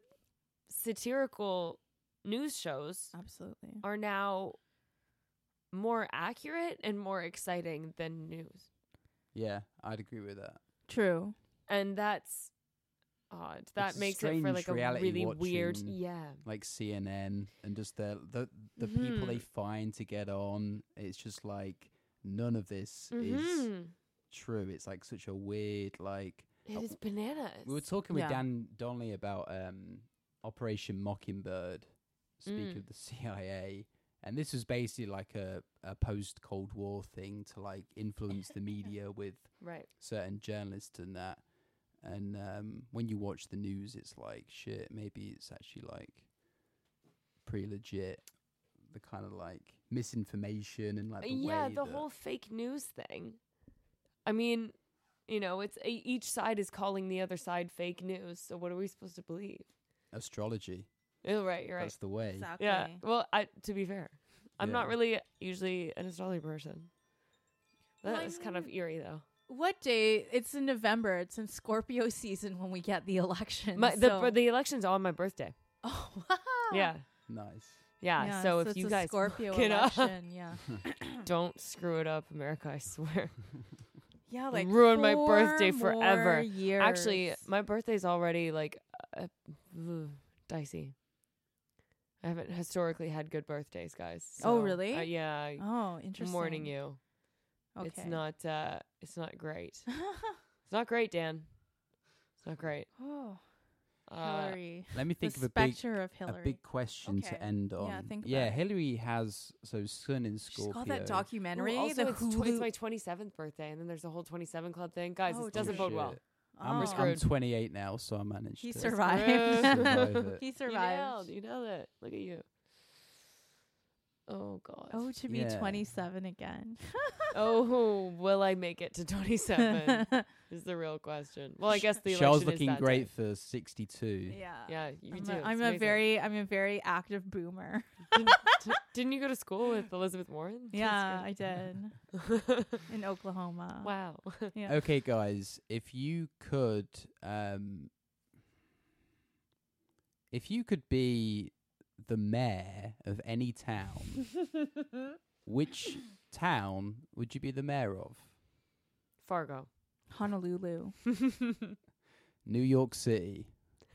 Speaker 3: satirical news shows
Speaker 1: Uh-huh.
Speaker 2: absolutely
Speaker 3: are now more accurate and more exciting than news,
Speaker 1: yeah, I'd agree with that.
Speaker 2: true.
Speaker 3: and that's odd. That
Speaker 1: a
Speaker 3: makes it for
Speaker 1: strange
Speaker 3: like a
Speaker 1: reality
Speaker 3: really weird.
Speaker 1: watching.
Speaker 3: Yeah,
Speaker 1: Like CNN and just the the, the people they
Speaker 3: Mhm.
Speaker 1: find to get on. It's just like none of this is
Speaker 3: Mhm.
Speaker 1: true. It's like such a weird like
Speaker 3: it is bananas.
Speaker 1: we were talking with
Speaker 2: Yeah.
Speaker 1: Dan Donnelly about um, Operation Mockingbird, speak
Speaker 3: Mm.
Speaker 1: of the CIA, and this was basically like a, a post Cold War thing to like influence the media with
Speaker 3: right.
Speaker 1: certain journalists and that. And um, when you watch the news, it's like shit. Maybe it's actually like pretty legit. The kind of like misinformation and like the
Speaker 3: yeah
Speaker 1: way
Speaker 3: the
Speaker 1: that-
Speaker 3: whole fake news thing i mean you know it's e- each side is calling the other side fake news so what are we supposed to believe
Speaker 1: astrology.
Speaker 3: oh right you're right
Speaker 1: That's the way.
Speaker 2: Exactly.
Speaker 3: yeah well I, to be fair i'm not
Speaker 1: Yeah.
Speaker 3: really usually an astrology person
Speaker 2: Well,
Speaker 3: that
Speaker 2: I
Speaker 3: is kind of eerie though
Speaker 2: What day? It's in November. It's in Scorpio season when we get the election.
Speaker 3: my, the,
Speaker 2: so-
Speaker 3: for the election's on my birthday
Speaker 2: oh wow.
Speaker 3: yeah
Speaker 1: Nice.
Speaker 3: yeah, so, if
Speaker 2: it's
Speaker 3: you
Speaker 2: a
Speaker 3: guys
Speaker 2: Scorpio
Speaker 3: look it up,
Speaker 2: election, yeah,
Speaker 3: don't screw it up america i swear
Speaker 2: yeah, like
Speaker 3: Ruined my
Speaker 2: four
Speaker 3: birthday
Speaker 2: more
Speaker 3: forever.
Speaker 2: Years.
Speaker 3: Actually, my birthday's already like uh, ugh, dicey. I haven't historically had good birthdays, guys.
Speaker 2: Oh,
Speaker 3: so,
Speaker 2: really?
Speaker 3: uh, yeah,
Speaker 2: oh,
Speaker 3: I'm
Speaker 2: interesting.
Speaker 3: warning you.
Speaker 2: Okay.
Speaker 3: It's not. Uh, it's not great. It's not great, Dan. It's not great.
Speaker 2: oh,
Speaker 3: Uh,
Speaker 2: Hillary,
Speaker 1: Let me
Speaker 2: the
Speaker 1: think of a big
Speaker 2: specter of Hillary.
Speaker 1: a big question
Speaker 2: Okay.
Speaker 1: to end
Speaker 2: Yeah,
Speaker 1: on.
Speaker 2: think about it.
Speaker 1: Hillary has so Sun in
Speaker 2: She's
Speaker 1: Scorpio.
Speaker 2: got that documentary.
Speaker 3: Ooh, also,
Speaker 2: the
Speaker 3: it's, tw- it's
Speaker 2: Hulu-
Speaker 3: my 27th birthday, and then there's the whole 27 Club thing, guys.
Speaker 2: Oh,
Speaker 3: it doesn't
Speaker 2: dear.
Speaker 3: bode well.
Speaker 1: Shit. I'm,
Speaker 2: Oh.
Speaker 1: I'm
Speaker 3: we're screwed.
Speaker 1: 28 now, so I managed.
Speaker 2: He
Speaker 1: to survive
Speaker 2: survived.
Speaker 1: it.
Speaker 2: he
Speaker 3: You nailed.
Speaker 2: survived.
Speaker 3: You nailed it. Look at you. Oh God.
Speaker 2: Oh, to be
Speaker 1: Yeah.
Speaker 2: 27 again.
Speaker 3: oh, will I make it to 27? is the real question. Well, I guess the
Speaker 1: Charles
Speaker 3: election is
Speaker 1: looking
Speaker 3: that
Speaker 1: great
Speaker 3: day.
Speaker 1: for 62.
Speaker 3: Yeah, you
Speaker 2: I'm,
Speaker 3: do.
Speaker 2: A,
Speaker 3: It's
Speaker 2: I'm a
Speaker 3: amazing.
Speaker 2: very I'm a very active boomer.
Speaker 3: didn't, d- didn't you go to school with Elizabeth Warren?
Speaker 2: Yeah, I
Speaker 3: That's
Speaker 2: did
Speaker 3: great.
Speaker 2: in Oklahoma.
Speaker 3: wow.
Speaker 2: Yeah.
Speaker 1: Okay, guys, if you could, um, if you could be the mayor of any town, which town would you be the mayor of?
Speaker 3: Fargo.
Speaker 2: Honolulu.
Speaker 1: New York City.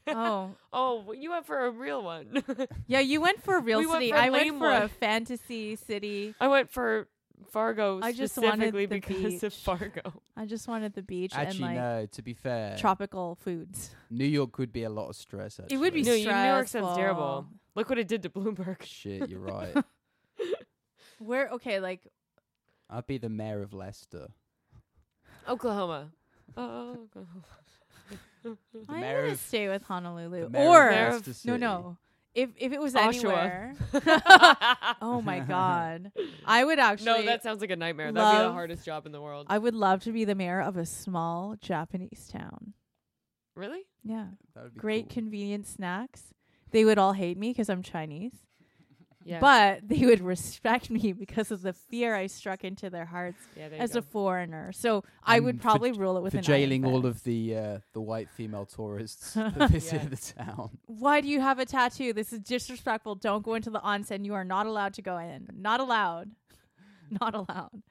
Speaker 2: oh,
Speaker 3: Oh, well, you went for a real one.
Speaker 2: yeah. You went for a real
Speaker 3: We went
Speaker 2: city.
Speaker 3: for
Speaker 2: I went
Speaker 3: lame
Speaker 2: for a
Speaker 3: one.
Speaker 2: fantasy city.
Speaker 3: I went for Fargo
Speaker 2: I just wanted
Speaker 3: specifically
Speaker 2: the
Speaker 3: because of
Speaker 2: beach.
Speaker 3: Fargo.
Speaker 2: I just wanted the beach
Speaker 1: Actually,
Speaker 2: and uh, like
Speaker 1: no. To be fair,
Speaker 2: tropical foods.
Speaker 1: New York would be a lot of stress. Actually.
Speaker 2: It would be
Speaker 3: No, you- New
Speaker 2: stressful.
Speaker 3: York sounds terrible. Look what it did to Bloomberg.
Speaker 1: Shit, you're right.
Speaker 2: Where okay, like
Speaker 1: I'd be the mayor of Leicester.
Speaker 3: Oklahoma. Oh, Oklahoma.
Speaker 1: The
Speaker 2: I'm
Speaker 1: mayor
Speaker 2: gonna
Speaker 1: of-
Speaker 2: stay with Honolulu
Speaker 1: the mayor of
Speaker 2: or
Speaker 3: Mayor
Speaker 1: Leicester
Speaker 2: no,
Speaker 1: City.
Speaker 2: no. If if it was
Speaker 3: Oshawa.
Speaker 2: anywhere, oh my god, I would actually.
Speaker 3: no, that sounds like a nightmare. That'd be the
Speaker 2: love-
Speaker 3: hardest job in the world.
Speaker 2: I would love to be the mayor of a small Japanese town.
Speaker 3: really?
Speaker 2: Yeah,
Speaker 1: That would be
Speaker 2: great
Speaker 1: cool.
Speaker 2: convenient snacks. They would all hate me because I'm Chinese,
Speaker 3: Yeah.
Speaker 2: but they would respect me because of the fear I struck into their hearts
Speaker 3: yeah, there you
Speaker 2: as
Speaker 3: go.
Speaker 2: a foreigner. So I
Speaker 1: And
Speaker 2: would
Speaker 1: for-
Speaker 2: probably rule it with
Speaker 1: for
Speaker 2: an iron
Speaker 1: jailing all
Speaker 2: fist.
Speaker 1: of the uh, the white female tourists that visit the town.
Speaker 2: why do you have a tattoo? This is disrespectful. Don't go into the onsen. You are not allowed to go in. Not allowed. Not allowed.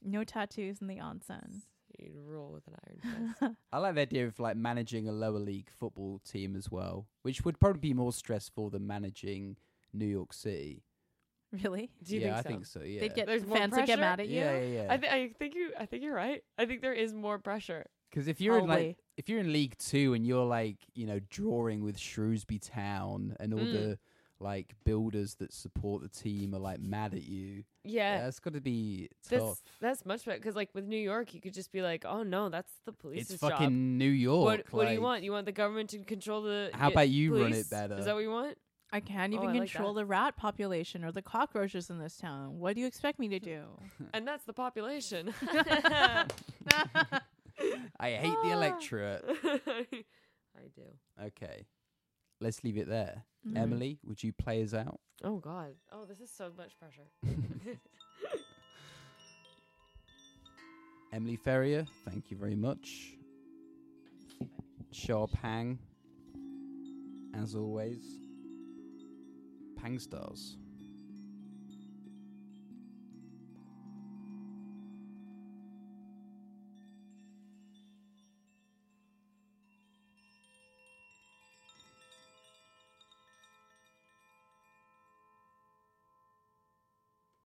Speaker 2: No tattoos in the onsen.
Speaker 3: You'd roll with an iron fist.
Speaker 1: I like the idea of like managing a lower league football team as well, which would probably be more stressful than managing New York City.
Speaker 2: Really?
Speaker 3: Do you
Speaker 1: yeah, I
Speaker 3: think so?
Speaker 1: think so. Yeah,
Speaker 2: They'd get
Speaker 3: There's more
Speaker 2: fans would get
Speaker 3: pressure?
Speaker 2: mad at you.
Speaker 1: yeah, yeah,
Speaker 3: I,
Speaker 1: yeah.
Speaker 3: th- I think you. I think you're right. I think there is more pressure.
Speaker 1: Because if you're in like
Speaker 2: Probably.
Speaker 1: if you're in League Two and you're like you know drawing with Shrewsbury Town and all
Speaker 3: Mm.
Speaker 1: the like builders that support the team are like mad at you,
Speaker 3: Yeah,
Speaker 1: that's got to be
Speaker 3: that's
Speaker 1: tough.
Speaker 3: that's much better. Because like with New York, you could just be like, "Oh no, that's the police's
Speaker 1: It's
Speaker 3: job."
Speaker 1: fucking New York.
Speaker 3: What, what do you
Speaker 1: like,
Speaker 3: want? You want the government to control the?
Speaker 1: How
Speaker 3: y-
Speaker 1: about you run it
Speaker 3: police?
Speaker 1: better?
Speaker 3: Is that what you want?
Speaker 2: I can't
Speaker 3: Oh,
Speaker 2: even
Speaker 3: I like
Speaker 2: control
Speaker 3: that.
Speaker 2: the rat population or the cockroaches in this town. What do you expect me to do?
Speaker 3: And that's the population.
Speaker 1: I hate the
Speaker 3: Ah.
Speaker 1: electorate.
Speaker 3: I do. Mm-hmm.
Speaker 1: Okay, let's leave it there.
Speaker 2: Mhm.
Speaker 1: Emily, would you play us out?
Speaker 3: Oh God. Oh, this is so much pressure.
Speaker 1: Emily Ferrier, thank you very much. Sharp Pang, as always. Pang Stars.